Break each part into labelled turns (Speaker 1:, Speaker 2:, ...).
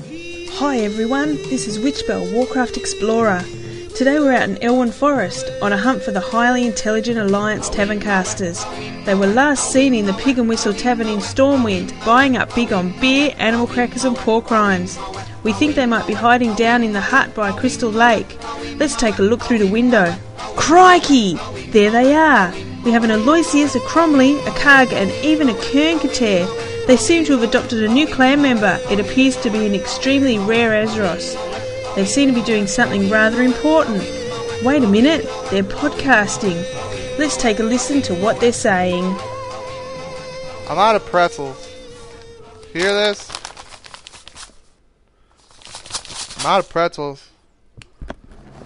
Speaker 1: Hi everyone, this is Witchbell Warcraft Explorer. Today we're out in Elwyn Forest on a hunt for the highly intelligent Alliance Taverncasters. They were last seen in the Pig and Whistle Tavern in Stormwind, buying up big on beer, animal crackers, and pork rinds. We think they might be hiding down in the hut by Crystal Lake. Let's take a look through the window. Crikey! There they are. We have an Aloysius, a Cromley, a Karg, and even a Kernkater. They seem to have adopted a new clan member. It appears to be an extremely rare Azeroth. They seem to be doing something rather important. Wait a minute, they're podcasting. Let's take a listen to what they're saying.
Speaker 2: I'm out of pretzels. Hear this? I'm out of pretzels.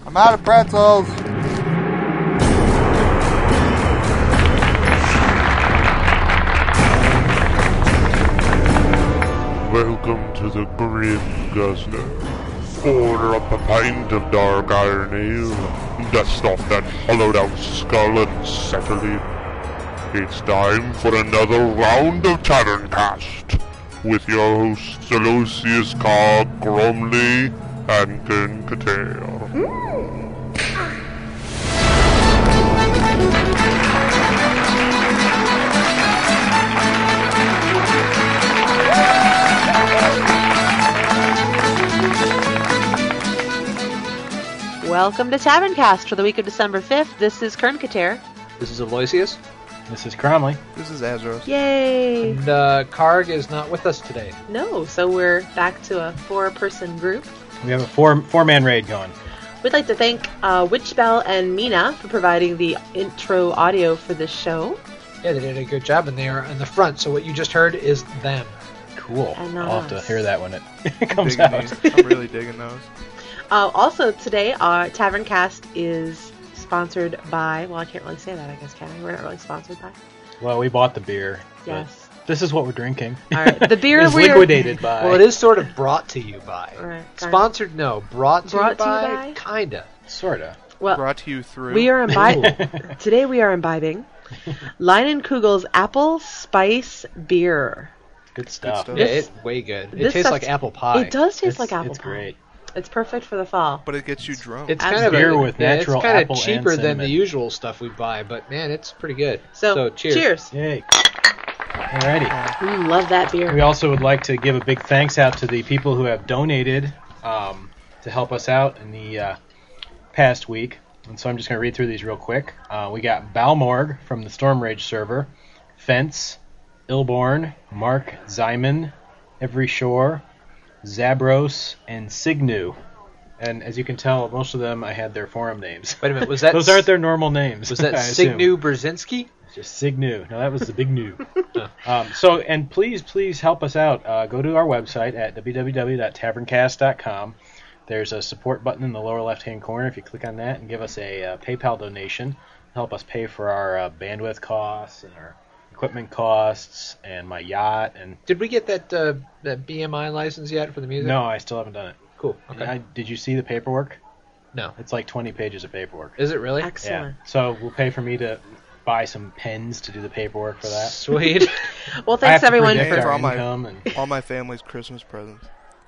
Speaker 2: I'm out of pretzels.
Speaker 3: Welcome to the Grim Guzzler. Order up a pint of dark iron ale, dust off that hollowed out skull and settle in. It's time for another round of Tavern Cast with your hosts Aloysius Carr Gromley and Ken Kater.
Speaker 4: Welcome to Taverncast for the week of December 5th. This is Kern Kater.
Speaker 5: This is Aloysius,
Speaker 6: This is Cromley.
Speaker 2: This is Azros.
Speaker 4: Yay!
Speaker 5: and uh, Karg is not with us today.
Speaker 4: No, so we're back to a four person group.
Speaker 6: We have a four four man raid going.
Speaker 4: We'd like to thank uh, Witchbell and Mina for providing the intro audio for this show.
Speaker 5: Yeah, they did a good job, and they are in the front. So what you just heard is them.
Speaker 6: Cool.
Speaker 4: And not
Speaker 6: I'll have to
Speaker 4: us.
Speaker 6: hear that when it,
Speaker 2: I'm
Speaker 6: comes
Speaker 2: digging
Speaker 6: out.
Speaker 2: these. I'm really digging those.
Speaker 4: Uh, also, today our Taverncast is sponsored by, well, I can't really say that, I guess, can I? We're not really sponsored by.
Speaker 6: Well, we bought the beer. but
Speaker 4: Yes.
Speaker 6: This is what we're drinking.
Speaker 4: All right, the beer
Speaker 6: It was
Speaker 4: we're-
Speaker 6: liquidated by.
Speaker 5: Well, it is sort of brought to you by.
Speaker 4: Right, sorry.
Speaker 5: Sponsored? No, brought to
Speaker 4: Brought
Speaker 5: you
Speaker 4: to you
Speaker 5: by.
Speaker 4: by?
Speaker 5: Kinda.
Speaker 6: Sorta.
Speaker 4: Well,
Speaker 2: Brought to you through.
Speaker 4: We are imbibing. Today we are imbibing Lion Kugel's apple spice beer.
Speaker 6: Good stuff.
Speaker 2: stuff.
Speaker 5: Yeah, it's way good. It
Speaker 4: This
Speaker 5: tastes
Speaker 4: stuff's-
Speaker 5: like apple pie.
Speaker 4: It does taste
Speaker 6: It's,
Speaker 4: like apple
Speaker 6: it's
Speaker 4: pie.
Speaker 6: great.
Speaker 4: It's perfect for the fall.
Speaker 2: but it gets you drunk.
Speaker 5: It's
Speaker 4: As
Speaker 5: kind of
Speaker 6: beer
Speaker 5: a,
Speaker 6: with
Speaker 5: yeah,
Speaker 6: natural
Speaker 5: it's kind
Speaker 6: apple
Speaker 5: of
Speaker 6: and
Speaker 5: cheaper than the
Speaker 6: cinnamon.
Speaker 5: usual stuff we buy, but man, it's pretty good.
Speaker 4: So,
Speaker 5: cheers.
Speaker 6: Yay. Alrighty.
Speaker 4: We love that beer.
Speaker 6: We also would like to give a big thanks out to the people who have donated um, to help us out in the uh, past week. And so I'm just going to read through these real quick. Uh, we got Balmorg from the Storm Rage server, Fence, Ilborn, Mark Zyman, Every Shore, Zabros, and Signu. And as you can tell, most of them I had their forum names.
Speaker 5: Wait a minute, was that
Speaker 6: Those aren't their normal names.
Speaker 5: Was that
Speaker 6: I assume.
Speaker 5: Signu Brzezinski?
Speaker 6: Just Sig New. No, that was the big new. um, so, and please, please help us out. Uh, go to our website at www.taverncast.com. There's a support button in the lower left hand corner. If you click on that and give us a uh, PayPal donation, help us pay for our uh, bandwidth costs and our equipment costs and my yacht. And
Speaker 5: Did we get that uh, that BMI license yet for the music?
Speaker 6: no, I still haven't done it.
Speaker 5: Cool. Okay.
Speaker 6: I, did you see the paperwork?
Speaker 5: no.
Speaker 6: It's like 20 pages of paperwork.
Speaker 5: Is it really?
Speaker 6: yeah.
Speaker 4: Excellent.
Speaker 6: So we'll pay for me to buy some pens to do the paperwork for that.
Speaker 5: Sweet.
Speaker 4: Well,
Speaker 6: I
Speaker 4: thanks
Speaker 6: have to
Speaker 4: everyone
Speaker 6: predict
Speaker 4: for
Speaker 6: our
Speaker 2: all my-
Speaker 6: income and-
Speaker 2: All my family's Christmas presents.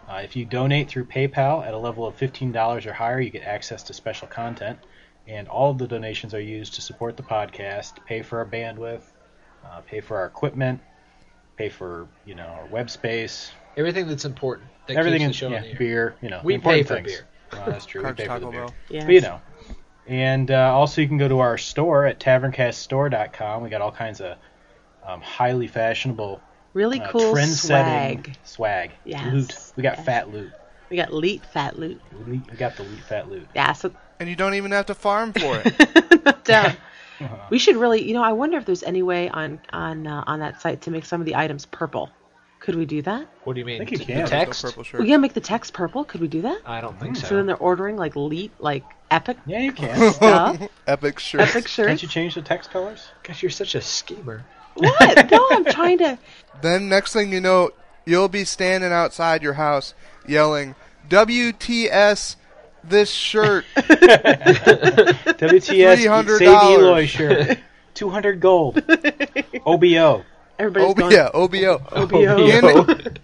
Speaker 6: Uh, if you donate through PayPal at a level of $15 or higher, you get access to special content. And all of the donations are used to support the podcast, pay for our bandwidth, uh, pay for our equipment, pay for you know our web space,
Speaker 5: Everything that's important. That
Speaker 6: everything
Speaker 5: keeps
Speaker 6: in
Speaker 5: the show
Speaker 6: yeah,
Speaker 5: on the air.
Speaker 6: beer. You know,
Speaker 5: We
Speaker 6: the
Speaker 5: pay
Speaker 6: important
Speaker 5: for
Speaker 6: things.
Speaker 5: beer.
Speaker 6: Well, that's true. we
Speaker 2: Cards
Speaker 6: pay for the
Speaker 2: Taco
Speaker 6: beer.
Speaker 2: Bell.
Speaker 4: yes.
Speaker 6: But you know, and uh, also you can go to our store at taverncaststore.com. We got all kinds of um, highly fashionable,
Speaker 4: really
Speaker 6: uh,
Speaker 4: cool
Speaker 6: trend-setting
Speaker 4: swag.
Speaker 6: swag,
Speaker 4: Yes.
Speaker 6: loot. We got
Speaker 4: Yes.
Speaker 6: fat loot.
Speaker 4: We got leet fat loot.
Speaker 6: We we got the loot fat loot.
Speaker 4: Yeah, so
Speaker 2: And you don't even have to farm for it.
Speaker 4: down. we should really, you know, I wonder if there's any way on on uh, on that site to make some of the items purple. Could we do that?
Speaker 5: What do you mean?
Speaker 6: think you
Speaker 5: The
Speaker 6: can. Mm. There's no
Speaker 5: text?
Speaker 2: The purple shirt.
Speaker 4: We gotta make the text purple. Could we do that?
Speaker 5: I don't think so.
Speaker 4: So then they're ordering like leet, like epic
Speaker 6: Yeah, you can.
Speaker 4: stuff,
Speaker 2: Epic shirts.
Speaker 4: epic
Speaker 6: Can't you
Speaker 4: shirts.
Speaker 6: change the text colors?
Speaker 5: Gosh, you're such a schemer.
Speaker 4: What? No, I'm trying to.
Speaker 2: Then next thing you know, you'll be standing outside your house yelling, "WTS this shirt."
Speaker 6: WTS
Speaker 2: $300.
Speaker 6: Save Eloy shirt. 200 gold. OBO.
Speaker 2: Oh,
Speaker 4: Everybody's
Speaker 2: OBO,
Speaker 4: going.
Speaker 6: Oh,
Speaker 2: OBO.
Speaker 4: OBO.
Speaker 2: In,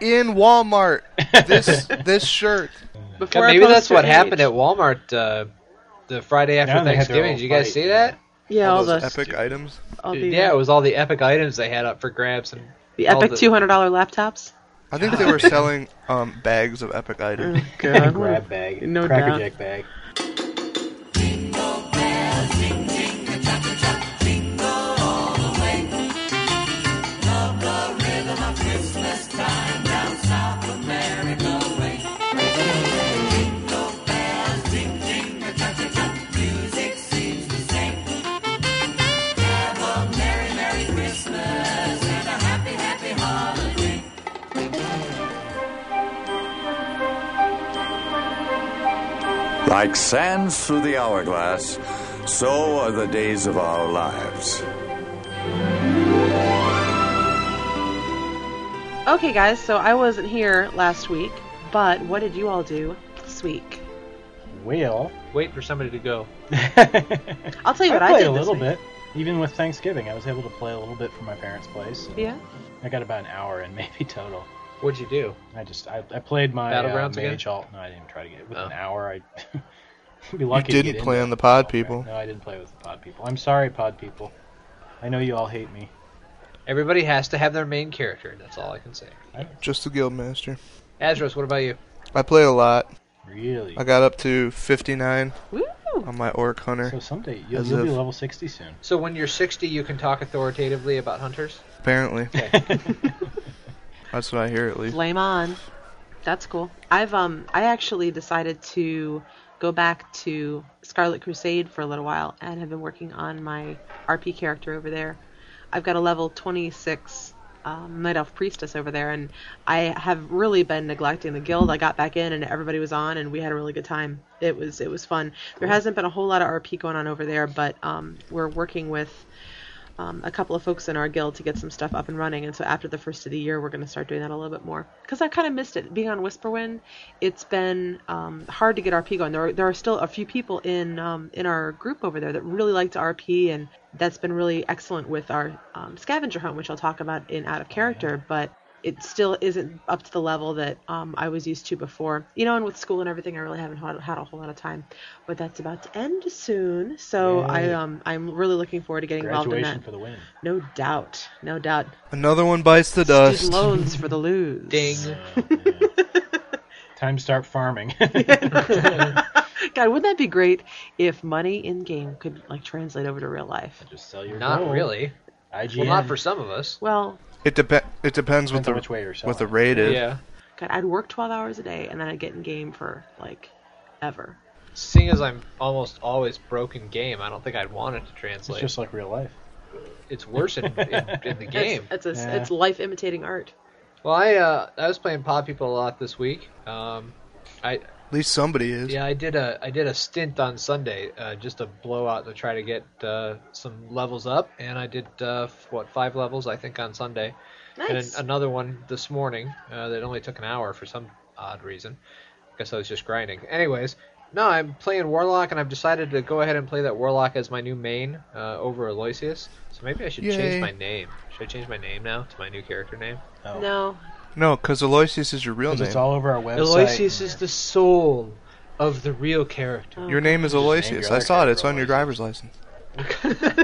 Speaker 2: in Walmart. This this shirt.
Speaker 5: God,
Speaker 4: Before I
Speaker 5: maybe
Speaker 4: post
Speaker 5: that's
Speaker 4: her
Speaker 5: what
Speaker 4: age.
Speaker 5: happened at Walmart uh, the Friday after
Speaker 6: Yeah, they had their
Speaker 5: Thanksgiving.
Speaker 6: own
Speaker 5: Did you guys
Speaker 6: fight,
Speaker 5: see
Speaker 6: yeah.
Speaker 5: that?
Speaker 4: Yeah, all,
Speaker 2: All
Speaker 4: the
Speaker 2: those epic items.
Speaker 4: all the,
Speaker 5: Yeah, it was all the epic items they had up for grabs. And
Speaker 4: the
Speaker 5: all
Speaker 4: epic
Speaker 5: the-
Speaker 4: two hundred dollar laptops.
Speaker 2: I think they were selling um, bags of epic items.
Speaker 4: God.
Speaker 6: grab bag,
Speaker 4: No
Speaker 6: cracker
Speaker 4: doubt.
Speaker 6: jack bag.
Speaker 7: Like sands through the hourglass, so are the days of our lives.
Speaker 4: Okay, guys, so I wasn't here last week, but what did you all do this week?
Speaker 6: Well,
Speaker 5: Wait for somebody to go.
Speaker 4: I'll tell you
Speaker 6: I
Speaker 4: what I,
Speaker 6: played
Speaker 4: did
Speaker 6: a
Speaker 4: this
Speaker 6: little
Speaker 4: week.
Speaker 6: bit. Even with Thanksgiving, I was able to play a little bit from my parents' place.
Speaker 4: Yeah.
Speaker 6: I got about an hour in maybe total.
Speaker 5: What'd you do?
Speaker 6: I just I, I played my uh,
Speaker 5: Battlegrounds again?
Speaker 6: mage alt. No, I didn't even try to get it. With
Speaker 5: Oh.
Speaker 6: an hour, I would be
Speaker 2: You
Speaker 6: lucky. to
Speaker 2: didn't
Speaker 6: get
Speaker 2: play
Speaker 6: into
Speaker 2: on
Speaker 6: it.
Speaker 2: the pod, people.
Speaker 6: No, I didn't play with the pod people. I'm sorry, pod people. I know you all hate me.
Speaker 5: Everybody has to have their main character. That's all I can say.
Speaker 2: Just the guild master.
Speaker 5: Azros, what about you?
Speaker 2: I played a lot.
Speaker 6: Really.
Speaker 2: I got up to 59
Speaker 4: Woo!
Speaker 2: on my orc hunter.
Speaker 6: So someday you'll,
Speaker 2: As
Speaker 6: you'll be
Speaker 2: if-
Speaker 6: level 60 soon.
Speaker 5: So when you're 60, you can talk authoritatively about hunters.
Speaker 2: Apparently, that's what I hear at least.
Speaker 4: Blame on. That's cool. I've um I actually decided to go back to Scarlet Crusade for a little while and have been working on my RP character over there. I've got a level 26 um, Night Elf Priestess over there, and I have really been neglecting the guild. I got back in, and everybody was on, and we had a really good time. It was it was fun. There hasn't been a whole lot of RP going on over there, but um, we're working with um, a couple of folks in our guild to get some stuff up and running. And so after the first of the year, we're going to start doing that a little bit more because I kind of missed it being on Whisperwind. It's been um, hard to get RP going. There are, there are still a few people in um, in our group over there that really liked RP, and that's been really excellent with our um, scavenger hunt, which I'll talk about in out of
Speaker 6: Oh,
Speaker 4: character. But it still isn't up to the level that um, I was used to before. You know, and with school and everything, I really haven't had, had a whole lot of time. But that's about to end soon, so I
Speaker 6: Yay.
Speaker 4: um, I'm really looking forward to getting involved in that.
Speaker 6: Graduation for the win.
Speaker 4: No doubt. No doubt.
Speaker 2: Another one bites the dust.
Speaker 4: Student loans for the lose.
Speaker 5: Ding.
Speaker 6: Uh, Time to start farming.
Speaker 4: God, wouldn't that be great if money in game could like translate over to real life?
Speaker 6: Just sell your
Speaker 5: Not
Speaker 6: gold.
Speaker 5: really.
Speaker 6: IGN.
Speaker 5: Well, not for some of us.
Speaker 4: Well,
Speaker 2: It dep- It depends what
Speaker 6: Depends
Speaker 2: the
Speaker 6: on which way you're selling.
Speaker 2: what the rate is.
Speaker 5: Yeah.
Speaker 4: God, I'd work 12 hours a day and then I'd get in game for like ever.
Speaker 5: Seeing as I'm almost always broken game, I don't think I'd want it to
Speaker 6: It's
Speaker 5: translate.
Speaker 6: just like real life.
Speaker 5: it's worse in, in, in the game.
Speaker 4: It's it's, a,
Speaker 6: Yeah.
Speaker 4: it's life imitating art.
Speaker 5: Well, I uh, I was playing Pod People a lot this week. Um, I
Speaker 2: At least somebody is.
Speaker 5: yeah, I did a I did a stint on Sunday, uh, just a blowout to try to get uh, some levels up, and I did uh, f- what five levels I think on Sunday, and
Speaker 4: Nice.
Speaker 5: an- another one this morning uh, that only took an hour for some odd reason. I guess I was just grinding. Anyways, no, I'm playing Warlock, and I've decided to go ahead and play that Warlock as my new main uh, over Aloysius. So maybe I should
Speaker 2: Yay.
Speaker 5: change my name. Should I change my name now to my new character name?
Speaker 6: Oh.
Speaker 4: No.
Speaker 2: No, because Aloysius is your real
Speaker 6: 'Cause
Speaker 2: name.
Speaker 6: It's all over our website.
Speaker 5: Aloysius is the soul of the real character.
Speaker 2: your name is
Speaker 6: name
Speaker 2: Aloysius.
Speaker 6: your
Speaker 2: I
Speaker 6: other
Speaker 2: saw it.
Speaker 6: character
Speaker 2: It's on your
Speaker 6: Aloysius.
Speaker 2: driver's license.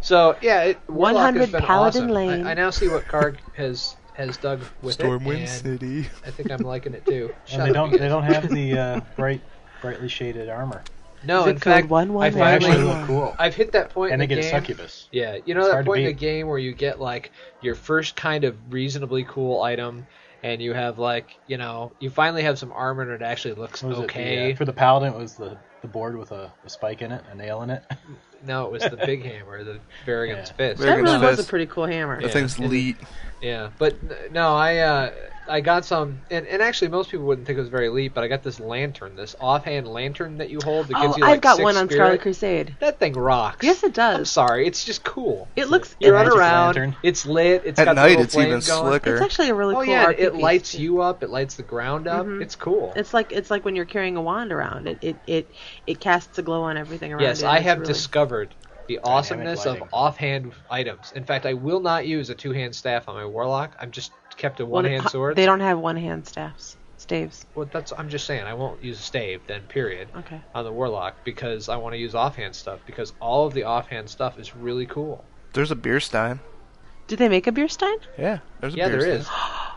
Speaker 5: So yeah, it, Warlock has
Speaker 4: 100
Speaker 5: been
Speaker 4: Paladin
Speaker 5: awesome.
Speaker 4: Lane.
Speaker 5: I, I now see what Karg has has dug with
Speaker 2: Stormwind
Speaker 5: it, and
Speaker 2: City.
Speaker 5: I think I'm liking it too. Shut
Speaker 6: And they
Speaker 5: up,
Speaker 6: don't.
Speaker 5: you
Speaker 6: They
Speaker 5: guys.
Speaker 6: don't have the uh, bright, brightly shaded armor.
Speaker 5: No,
Speaker 4: Zip
Speaker 5: in
Speaker 4: code
Speaker 5: fact, I
Speaker 4: 111.
Speaker 6: They actually
Speaker 5: finally,
Speaker 6: look cool.
Speaker 5: I've hit that point
Speaker 6: And they
Speaker 5: in the
Speaker 6: get
Speaker 5: game.
Speaker 6: a succubus.
Speaker 5: Yeah, you know
Speaker 6: It's
Speaker 5: that
Speaker 6: hard to
Speaker 5: point in the
Speaker 6: beat.
Speaker 5: game where you get like your first kind of reasonably cool item, and you have like you know you finally have some armor and it actually looks
Speaker 6: What was it, the,
Speaker 5: okay.
Speaker 6: uh, for the paladin, it was the, the board with a, a spike in it, a nail in it.
Speaker 5: No, it was the big hammer, the Varigan's
Speaker 6: Yeah.
Speaker 5: fist.
Speaker 2: Very
Speaker 4: That
Speaker 2: good
Speaker 4: really was a
Speaker 2: fist.
Speaker 4: pretty cool hammer.
Speaker 2: The thing's leet.
Speaker 5: Yeah, but n- no, I uh, I got some, and, and actually most people wouldn't think it was very elite, but I got this lantern, this offhand lantern that you hold that
Speaker 4: Oh,
Speaker 5: gives you like
Speaker 4: I've got
Speaker 5: six
Speaker 4: one on
Speaker 5: spirit.
Speaker 4: Scarlet Crusade.
Speaker 5: That thing rocks.
Speaker 4: Yes, it
Speaker 5: I'm
Speaker 4: does.
Speaker 5: sorry, it's just cool.
Speaker 4: It looks
Speaker 5: You run
Speaker 6: Magic
Speaker 5: around,
Speaker 6: lantern.
Speaker 5: it's lit. It's
Speaker 2: At
Speaker 5: got the
Speaker 2: night,
Speaker 5: little
Speaker 2: it's
Speaker 5: flame
Speaker 2: even
Speaker 5: going.
Speaker 2: slicker.
Speaker 4: it's actually a really
Speaker 5: Oh
Speaker 4: cool
Speaker 5: yeah, and
Speaker 4: RP
Speaker 5: it
Speaker 4: piece,
Speaker 5: lights
Speaker 4: too. Mm-hmm.
Speaker 5: you up. It lights the ground up. It's cool.
Speaker 4: It's like it's like when you're carrying a wand around. It it it, it casts a glow on everything around.
Speaker 5: yes,
Speaker 4: it.
Speaker 5: I
Speaker 4: It's
Speaker 5: have
Speaker 4: really-
Speaker 5: discovered the awesomeness of
Speaker 6: lighting.
Speaker 5: offhand items. In fact, I will not use a two-hand staff on my warlock. I'm just kept a one-hand
Speaker 4: One-
Speaker 5: sword.
Speaker 4: They don't have one hand staffs. Staves.
Speaker 5: Well, that's I'm just saying I won't use a stave then. Period.
Speaker 4: Okay.
Speaker 5: On the warlock because I want to use offhand stuff because all of the offhand stuff is really cool.
Speaker 2: There's a beer stein.
Speaker 4: Do they make a beer stein?
Speaker 2: Yeah, there's a
Speaker 5: yeah,
Speaker 2: beer stein.
Speaker 5: there is.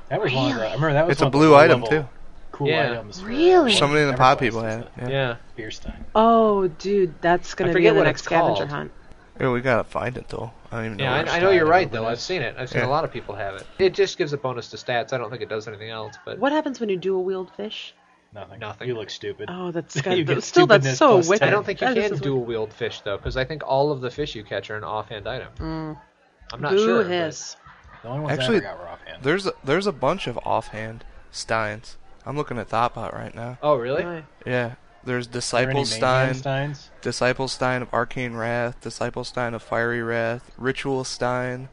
Speaker 6: That was one of the. I remember that was
Speaker 2: It's a
Speaker 6: one of the
Speaker 2: blue item
Speaker 6: low-level
Speaker 2: too.
Speaker 6: Cool
Speaker 5: Yeah.
Speaker 6: items.
Speaker 4: Really?
Speaker 2: Somebody in the
Speaker 6: Every
Speaker 2: pod
Speaker 6: place
Speaker 2: people
Speaker 6: is
Speaker 2: had it.
Speaker 6: the
Speaker 2: Yeah.
Speaker 5: Yeah.
Speaker 6: Beer stein.
Speaker 4: Oh, dude, that's gonna be
Speaker 5: forget
Speaker 4: in the
Speaker 5: what
Speaker 4: next
Speaker 5: it's called.
Speaker 4: scavenger hunt.
Speaker 2: Yeah, we gotta find it though. I don't even know.
Speaker 5: Yeah,
Speaker 2: where it's
Speaker 5: I, I know
Speaker 2: at.
Speaker 5: you're right
Speaker 6: over
Speaker 5: though.
Speaker 6: there.
Speaker 5: I've seen it. I've seen
Speaker 2: Yeah.
Speaker 5: a lot of people have it. It just gives a bonus to stats. I don't think it does anything else. But
Speaker 4: What happens when you dual wield fish?
Speaker 6: Nothing.
Speaker 5: Nothing.
Speaker 6: You look stupid.
Speaker 4: Oh, that's
Speaker 6: You
Speaker 4: gotta-
Speaker 6: get
Speaker 4: still that's
Speaker 6: stupidness
Speaker 4: so
Speaker 6: plus
Speaker 4: wicked.
Speaker 5: I don't think you
Speaker 4: That is
Speaker 5: can
Speaker 4: what-
Speaker 5: dual wield fish though because I think all of the fish you catch are an offhand item.
Speaker 4: Mm.
Speaker 5: I'm not
Speaker 4: Boo
Speaker 5: sure. but-
Speaker 4: hiss.
Speaker 6: The only ones
Speaker 2: Actually-
Speaker 6: I ever got were offhand.
Speaker 2: There's a, there's a bunch of offhand steins. I'm looking at Thoughtbot right now.
Speaker 5: Oh really?
Speaker 4: No.
Speaker 2: Yeah, there's
Speaker 6: Are there any
Speaker 2: Disciple
Speaker 6: main
Speaker 2: Stein,
Speaker 6: hand steins?
Speaker 2: Disciple Stein of Arcane Wrath, Disciple Stein of Fiery Wrath, Ritual Stein,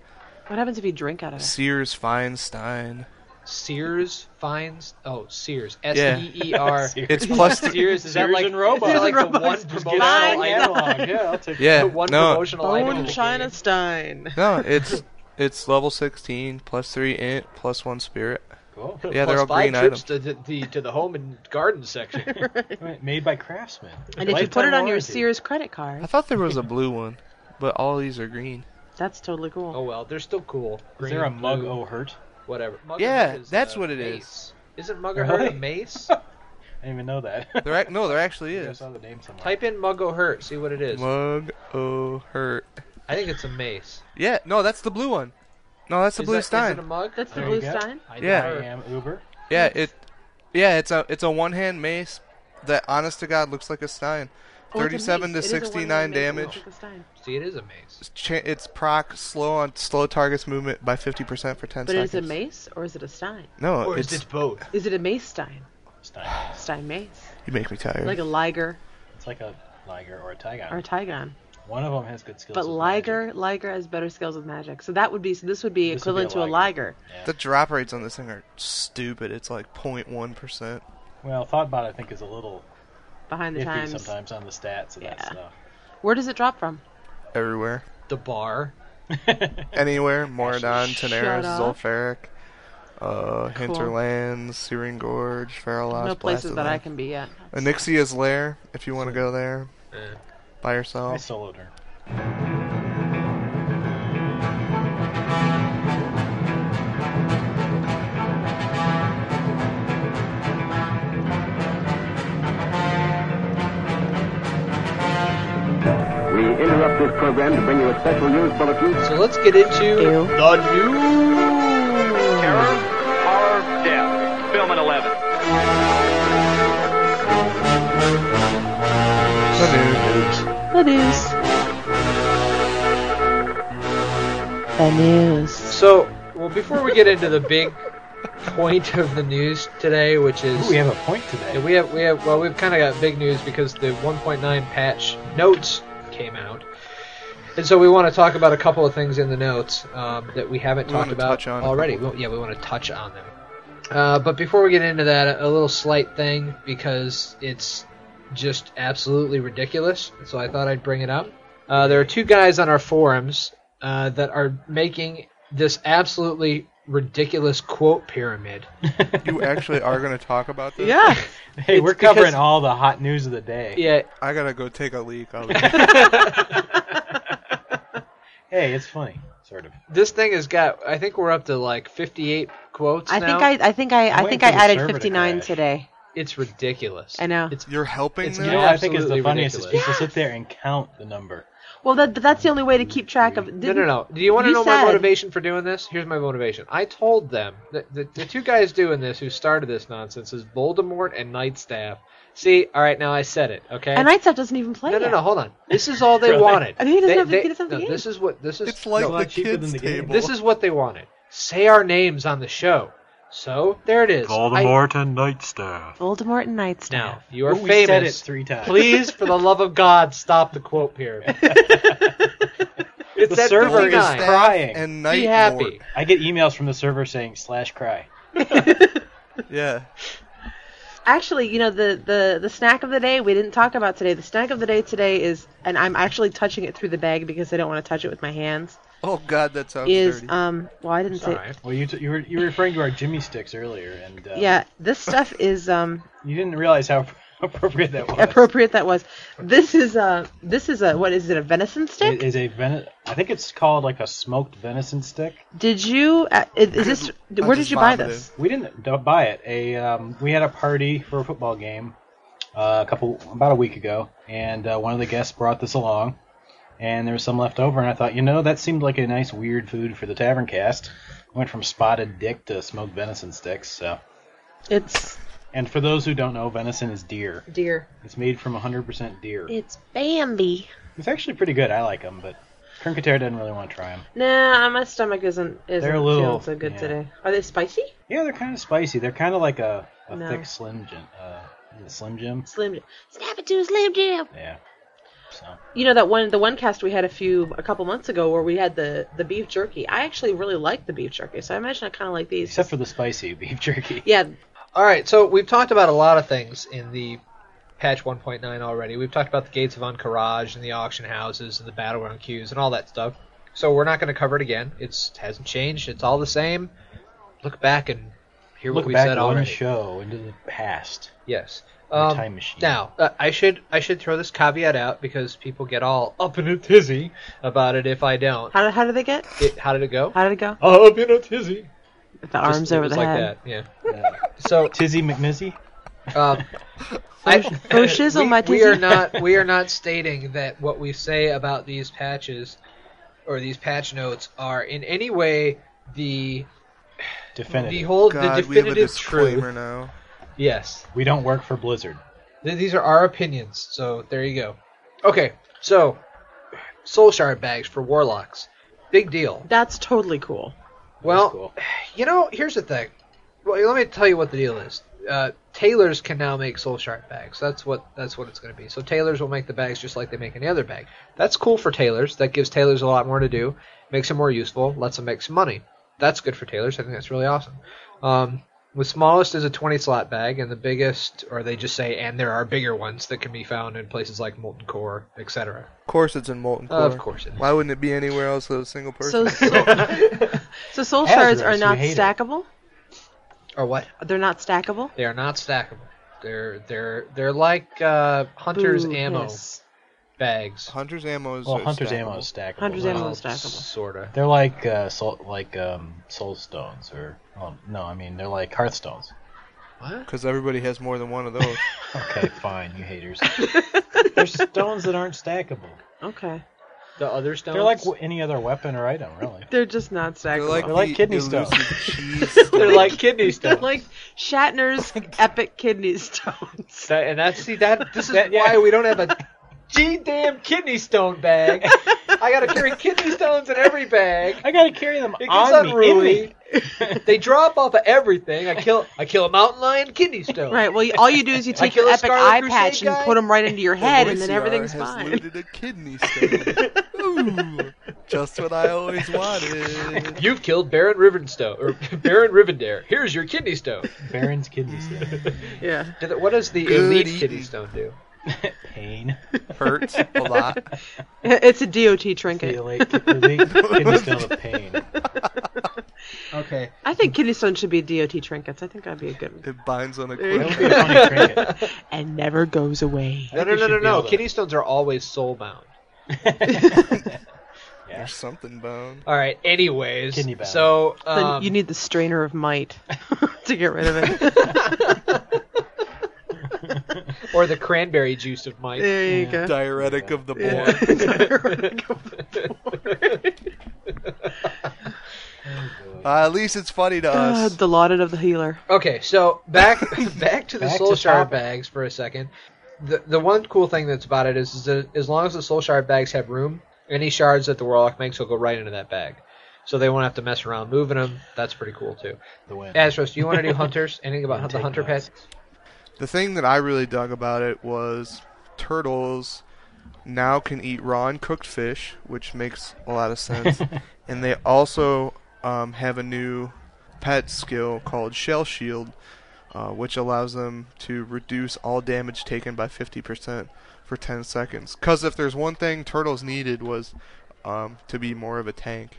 Speaker 4: What happens if you drink out of it?
Speaker 2: Seer's Fine Stein.
Speaker 5: Sears finds. Oh, Sears. S
Speaker 2: Yeah.
Speaker 5: E E R.
Speaker 6: Sears.
Speaker 2: It's plus three.
Speaker 5: Sears is that
Speaker 6: Sears
Speaker 5: like
Speaker 6: and robots.
Speaker 5: Is that like the
Speaker 6: Sears and
Speaker 5: one
Speaker 6: robots.
Speaker 5: promotional
Speaker 4: Mine.
Speaker 5: item?
Speaker 6: Analog, yeah, I'll take
Speaker 2: Yeah,
Speaker 5: The one
Speaker 2: no,
Speaker 5: promotional item. in
Speaker 4: Bone
Speaker 5: the
Speaker 4: China
Speaker 5: game.
Speaker 4: Stein.
Speaker 2: no, it's it's level 16 plus three int plus one spirit.
Speaker 6: Cool.
Speaker 2: Yeah, they're
Speaker 5: Plus
Speaker 2: all green
Speaker 5: five trips
Speaker 2: items.
Speaker 5: to the, the to the home and garden section.
Speaker 6: Right, Made by craftsmen.
Speaker 4: And if you put it on your
Speaker 6: warranty.
Speaker 4: Sears credit
Speaker 2: I
Speaker 4: card,
Speaker 2: thought there was a blue one, but all these are green.
Speaker 4: that's totally cool.
Speaker 5: oh well, they're still cool.
Speaker 6: is
Speaker 5: Green,
Speaker 6: there a mug
Speaker 5: blue,
Speaker 6: o'hurt?
Speaker 5: Whatever. Mug
Speaker 2: Yeah,
Speaker 5: O'Hurt is,
Speaker 2: that's
Speaker 5: uh,
Speaker 2: what it
Speaker 5: mace. Isn't mug
Speaker 6: Really?
Speaker 5: o'hurt a mace?
Speaker 6: I didn't even know that.
Speaker 2: There ac- no, there actually
Speaker 6: I
Speaker 2: is.
Speaker 6: saw the name somewhere.
Speaker 5: Type in mug o'hurt. See what it is.
Speaker 2: Mug o hurt.
Speaker 5: I think it's a mace.
Speaker 2: Yeah, no, that's the blue one. No, that's the
Speaker 5: Is
Speaker 2: blue
Speaker 5: that- is it a
Speaker 2: stein.
Speaker 5: mug?
Speaker 4: That's the
Speaker 6: There
Speaker 4: blue
Speaker 6: you go.
Speaker 4: stein.
Speaker 5: I
Speaker 2: Yeah.
Speaker 6: I
Speaker 5: never-
Speaker 6: am Uber.
Speaker 2: Yeah, it. Yeah, it's a it's a one hand mace that, honest to God, looks like a stein.
Speaker 4: Oh, it's a
Speaker 2: 37 to
Speaker 4: mace. It is a
Speaker 2: 69
Speaker 4: one-hand mace. It looks
Speaker 2: damage.
Speaker 4: like a stein.
Speaker 5: See, it is a mace.
Speaker 2: It's, cha- it's proc slow on slow targets movement by 50% for 10
Speaker 4: But
Speaker 2: seconds.
Speaker 4: is it a mace or is it a stein?
Speaker 2: No,
Speaker 5: Or
Speaker 2: it's
Speaker 5: is it both?
Speaker 4: Is it a mace stein?
Speaker 6: Stein.
Speaker 4: Stein mace.
Speaker 2: you make me tired.
Speaker 4: Like a Liger
Speaker 6: It's like a Liger or a Tigon.
Speaker 4: or a Tygon.
Speaker 6: One of them has good skills.
Speaker 4: But
Speaker 6: with
Speaker 4: Liger
Speaker 6: magic.
Speaker 4: Liger has better skills with magic. So that would be so this would be
Speaker 6: This would be
Speaker 4: equivalent
Speaker 6: a
Speaker 4: to a Liger.
Speaker 6: Liger.
Speaker 2: The drop rates on this thing are stupid. It's like 0.1%.
Speaker 6: Well, Thoughtbot I think is a little
Speaker 4: behind the
Speaker 6: iffy
Speaker 4: times.
Speaker 6: sometimes on the stats and that
Speaker 4: Yeah.
Speaker 6: stuff.
Speaker 4: Where does it drop from?
Speaker 2: Everywhere.
Speaker 5: The bar.
Speaker 2: Anywhere. Moradon,
Speaker 4: shut
Speaker 2: Teneris,
Speaker 4: up.
Speaker 2: Zulfaric, uh, Hinterlands, Searing Gorge, Faralos,
Speaker 4: no places that I can be yet.
Speaker 2: Anixia's Lair, if you want to go there
Speaker 5: Eh.
Speaker 2: by
Speaker 6: I
Speaker 2: yourself.
Speaker 6: soloed her.
Speaker 8: We interrupt this program to bring you a special news bulletin.
Speaker 5: So let's get into
Speaker 4: Ew.
Speaker 5: the news.
Speaker 9: horror, death. Film at 11.
Speaker 4: The news. The news.
Speaker 5: So, well, before we get into the big point of the news today, which is
Speaker 6: Ooh, we have a point
Speaker 5: Yeah,
Speaker 6: today.
Speaker 5: we have we have well we've kind of got big news because the 1.9 patch notes came out, and so we want to talk about a couple of things in the notes um, that we haven't
Speaker 2: We
Speaker 5: talked
Speaker 2: wanna
Speaker 5: about
Speaker 2: touch on a
Speaker 5: already.
Speaker 2: couple.
Speaker 5: We- yeah, we want to touch on them. Uh, but before we get into that, a little slight thing because it's just absolutely ridiculous. So I thought I'd bring it up. Uh, there are two guys on our forums uh, that are making this absolutely ridiculous quote pyramid.
Speaker 2: You actually are going to talk about this?
Speaker 4: Yeah.
Speaker 6: hey,
Speaker 5: it's
Speaker 6: we're covering
Speaker 5: because-
Speaker 6: all the hot news of the day.
Speaker 5: Yeah,
Speaker 2: I got to go take a leak. I'll be-
Speaker 6: Hey, it's funny, sort of.
Speaker 5: this thing has got i think we're up to like 58 quotes
Speaker 4: I
Speaker 5: now.
Speaker 4: think I I think I
Speaker 6: I'm
Speaker 4: I think I
Speaker 6: waiting for the
Speaker 4: added
Speaker 6: server to
Speaker 4: 59
Speaker 6: crash.
Speaker 4: today.
Speaker 5: it's ridiculous
Speaker 4: I know.
Speaker 5: it's
Speaker 2: You're helping
Speaker 5: It's
Speaker 6: You
Speaker 2: them?
Speaker 6: know, what I think is the
Speaker 5: Absolutely
Speaker 6: funniest is
Speaker 5: ridiculous.
Speaker 6: just to sit there and count the number.
Speaker 4: Well, that but that's the only way to keep track of
Speaker 5: no no no do you want to
Speaker 4: You
Speaker 5: know
Speaker 4: said-
Speaker 5: my motivation for doing this here's my motivation i told them that the, the two guys doing this who started this nonsense is voldemort and nightstaff see all right now i said it okay
Speaker 4: And Nightstaff doesn't even play
Speaker 5: no,
Speaker 4: yet.
Speaker 5: no, no! Hold on. This is all they
Speaker 6: Really?
Speaker 5: wanted.
Speaker 4: I think he doesn't
Speaker 5: They-
Speaker 4: have-
Speaker 5: they-
Speaker 4: he doesn't have
Speaker 5: no,
Speaker 4: the game.
Speaker 5: This is what this is.
Speaker 2: It's like
Speaker 6: No,
Speaker 2: the
Speaker 6: it's cheaper than
Speaker 2: kids'
Speaker 6: the game.
Speaker 2: table.
Speaker 5: This is what they wanted. Say our names on the show. So there it is. I,
Speaker 6: and Nightstaff.
Speaker 4: Voldemort and Nightstaff.
Speaker 5: now you are
Speaker 6: Ooh, we
Speaker 5: famous.
Speaker 6: said it three times.
Speaker 5: Please, for the love of God, stop the quote pyramid. it's
Speaker 6: The
Speaker 5: at
Speaker 6: server is
Speaker 5: 59.
Speaker 2: Staff
Speaker 6: crying.
Speaker 2: And Night
Speaker 5: Be happy.
Speaker 2: Lord.
Speaker 6: I get emails from the server saying slash cry.
Speaker 2: Yeah.
Speaker 4: actually, you know, the, the, the snack of the day we didn't talk about today. The snack of the day today is, and I'm actually touching it through the bag because I don't want to touch it with my hands.
Speaker 2: Oh God, that sounds
Speaker 4: Is
Speaker 2: dirty.
Speaker 4: um, well, I didn't say.
Speaker 5: Sorry.
Speaker 6: Well, you, t- you were you were referring to our Jimmy sticks earlier, and uh,
Speaker 4: Yeah, this stuff is um
Speaker 6: you didn't realize how appropriate that was.
Speaker 4: appropriate. That was. This is a this is a what is it? A venison stick?
Speaker 6: It is a ven- I think it's called like a smoked venison stick.
Speaker 4: Did you? Uh, is is this?
Speaker 2: I
Speaker 4: Where
Speaker 2: just
Speaker 4: did you buy
Speaker 2: vomited.
Speaker 4: this?
Speaker 6: We didn't d- buy it. A um, we had a party for a football game uh, a couple about a week ago, and uh, one of the guests brought this along, and there was some left over, and I thought, you know, that seemed like a nice weird food for the tavern cast. Went from spotted dick to smoked venison sticks. So,
Speaker 4: It's
Speaker 6: and for those who don't know, venison is deer.
Speaker 4: deer.
Speaker 6: It's made from 100% deer.
Speaker 4: It's Bambi.
Speaker 6: It's actually pretty good. I like them, but Trinketeer doesn't really want to try them.
Speaker 4: Nah, my stomach isn't isn't
Speaker 6: They're a little-
Speaker 4: feeling so good
Speaker 6: yeah.
Speaker 4: today. Are they spicy?
Speaker 6: Yeah, they're kind of spicy. They're kind of like a, a
Speaker 4: No.
Speaker 6: thick Slim Jim. Uh, is it Slim Jim?
Speaker 4: Slim Jim. Snap it to a Slim Jim.
Speaker 6: Yeah. So
Speaker 4: You know that one the one cast we had a few a couple months ago where we had the the beef jerky. I actually really like the beef jerky, so I imagine I kind of like these.
Speaker 6: except for the spicy beef jerky.
Speaker 4: yeah,
Speaker 5: All right, so we've talked about a lot of things in the patch 1.9 already. We've talked about the gates of Encourage and the auction houses and the battleground queues and all that stuff. So we're not going to cover it again. It's hasn't changed. It's all the same. Look back and hear
Speaker 6: Look
Speaker 5: what we
Speaker 6: back
Speaker 5: said
Speaker 6: one
Speaker 5: already.
Speaker 6: show into the past.
Speaker 5: Yes.
Speaker 6: Your
Speaker 5: Um,
Speaker 6: time machine.
Speaker 5: Now, uh, I should I should throw this caveat out because people get all up in a tizzy about it if I don't.
Speaker 4: how did how did they get?
Speaker 5: It, how did it go?
Speaker 4: How did it go?
Speaker 5: Up in a tizzy.
Speaker 4: With the arms
Speaker 5: Just- it
Speaker 4: over
Speaker 5: was
Speaker 4: the
Speaker 5: like
Speaker 4: head.
Speaker 5: that. Yeah. So
Speaker 6: Tizzy McMizzy.
Speaker 5: um, I-
Speaker 4: for shizzle,
Speaker 5: we,
Speaker 4: my
Speaker 5: we are
Speaker 4: tizzy.
Speaker 5: not we are not stating that what we say about these patches or these patch notes are in any way the the
Speaker 6: Definitive.
Speaker 5: whole
Speaker 2: God,
Speaker 5: the
Speaker 2: we have a
Speaker 5: definitive
Speaker 2: disclaimer
Speaker 5: truth.
Speaker 2: now.
Speaker 5: Yes,
Speaker 6: we don't work for Blizzard.
Speaker 5: Th- these are our opinions. So there you go. Okay, so soul shard bags for warlocks, big deal.
Speaker 4: That's totally cool.
Speaker 5: Well,
Speaker 6: cool.
Speaker 5: you know, here's the thing. Well, let me tell you what the deal is. Uh, tailors can now make soul shark bags. That's what that's what it's going to be. So tailors will make the bags just like they make any other bag. That's cool for tailors. That gives tailors a lot more to do, makes them more useful, lets them make some money. That's good for tailors. I think that's really awesome. Um, the smallest is a 20 slot bag, and the biggest, or they just say, and there are bigger ones that can be found in places like Molten Core, etc.
Speaker 2: Of course, it's in molten core.
Speaker 5: Of course it is.
Speaker 2: Why wouldn't it be anywhere else that a single person?
Speaker 4: So so, so soul
Speaker 6: As
Speaker 4: shards
Speaker 6: yours,
Speaker 4: are
Speaker 6: you
Speaker 4: not
Speaker 6: hate it.
Speaker 4: stackable.
Speaker 5: Or what?
Speaker 4: They're not stackable.
Speaker 5: They are not stackable. They're they're they're like uh, hunters
Speaker 4: Boo,
Speaker 5: ammo
Speaker 4: piss.
Speaker 5: bags.
Speaker 2: Hunter's ammo is.
Speaker 6: Well,
Speaker 2: is
Speaker 6: Hunter's
Speaker 2: stackable.
Speaker 6: ammo is stackable.
Speaker 4: Hunter's
Speaker 6: right?
Speaker 4: ammo-
Speaker 5: Well,
Speaker 4: stackable.
Speaker 5: sorta.
Speaker 6: They're like uh, soul, like um, soul stones, or well, no, I mean they're like hearthstones.
Speaker 5: What?
Speaker 2: Because everybody has more than one of those.
Speaker 6: Okay, fine, you haters. they're stones that aren't stackable.
Speaker 4: Okay,
Speaker 5: The other stones.
Speaker 6: They're like w- any other weapon or item, really.
Speaker 4: they're just not
Speaker 2: They're
Speaker 4: stackable.
Speaker 2: like,
Speaker 6: They're like
Speaker 2: the
Speaker 6: kidney
Speaker 2: elusive
Speaker 6: stones.
Speaker 2: cheese
Speaker 5: they're
Speaker 2: stones.
Speaker 5: like kidney
Speaker 4: They're
Speaker 5: stones.
Speaker 4: like Shatner's epic kidney stones.
Speaker 5: That- and that's see that this is
Speaker 6: That- yeah.
Speaker 5: why we don't have a g damn kidney stone bag. I gotta carry kidney stones in every bag.
Speaker 6: I gotta carry them
Speaker 5: It gets
Speaker 6: on me, in me.
Speaker 5: unruly. they drop off of everything. I kill I kill a mountain lion kidney stone.
Speaker 4: Right. Well, you- all you do is you take
Speaker 5: kill
Speaker 4: your
Speaker 5: a
Speaker 4: epic
Speaker 5: Scarlet
Speaker 4: eye
Speaker 5: Crusade
Speaker 4: patch and
Speaker 5: guy?
Speaker 4: put them right into your head, and then
Speaker 2: Voice-R
Speaker 4: everything's
Speaker 2: has
Speaker 4: fine.
Speaker 2: looted a kidney stone. Ooh, just what I always wanted.
Speaker 5: You've killed Baron Rivenstone or Baron Rivendare. Here's your kidney stone.
Speaker 6: Baron's kidney stone.
Speaker 4: Yeah.
Speaker 5: Did it- What does the
Speaker 2: Good
Speaker 5: elite
Speaker 2: eating.
Speaker 5: kidney stone do?
Speaker 6: Pain.
Speaker 2: Hurts a lot.
Speaker 4: It's a DOT trinket.
Speaker 6: The elite, elite kidney stone of pain.
Speaker 5: Okay.
Speaker 4: I think kidney stones should be DOT trinkets. I think that'd be a good one.
Speaker 2: It binds on a
Speaker 4: There you
Speaker 2: quick.
Speaker 6: Be a funny trinket.
Speaker 4: And never goes away.
Speaker 5: No,
Speaker 6: think
Speaker 5: no,
Speaker 6: you
Speaker 5: no,
Speaker 6: should
Speaker 5: no,
Speaker 6: be
Speaker 5: no.
Speaker 6: able to-
Speaker 5: Kidney stones are always soul bound.
Speaker 2: There's something bone.
Speaker 5: All right. Anyways,
Speaker 6: Kidney bound.
Speaker 5: so
Speaker 4: Then
Speaker 5: um,
Speaker 4: you need the strainer of might to get rid of it.
Speaker 5: or the cranberry juice of Mike.
Speaker 4: There you go.
Speaker 2: Diuretic of the boy. Uh, at least it's funny to
Speaker 4: Ah,
Speaker 2: us.
Speaker 4: the lauded of the healer.
Speaker 5: Okay, so back back to the
Speaker 6: Back
Speaker 5: soul
Speaker 6: to
Speaker 5: shard
Speaker 6: topic.
Speaker 5: bags for a second. The the one cool thing that's about it is, is that as long as the soul shard bags have room, any shards that the warlock makes will go right into that bag, so they won't have to mess around moving them. That's pretty cool too.
Speaker 6: The wind.
Speaker 5: Azros, do you want to do hunters? Anything about the
Speaker 6: Take
Speaker 5: hunter
Speaker 6: notes.
Speaker 5: pets?
Speaker 2: The thing that I really dug about it was turtles now can eat raw and cooked fish, which makes a lot of sense. and they also um, have a new pet skill called Shell Shield, uh, which allows them to reduce all damage taken by 50% for 10 seconds. Because if there's one thing Turtles needed was um, to be more of a tank.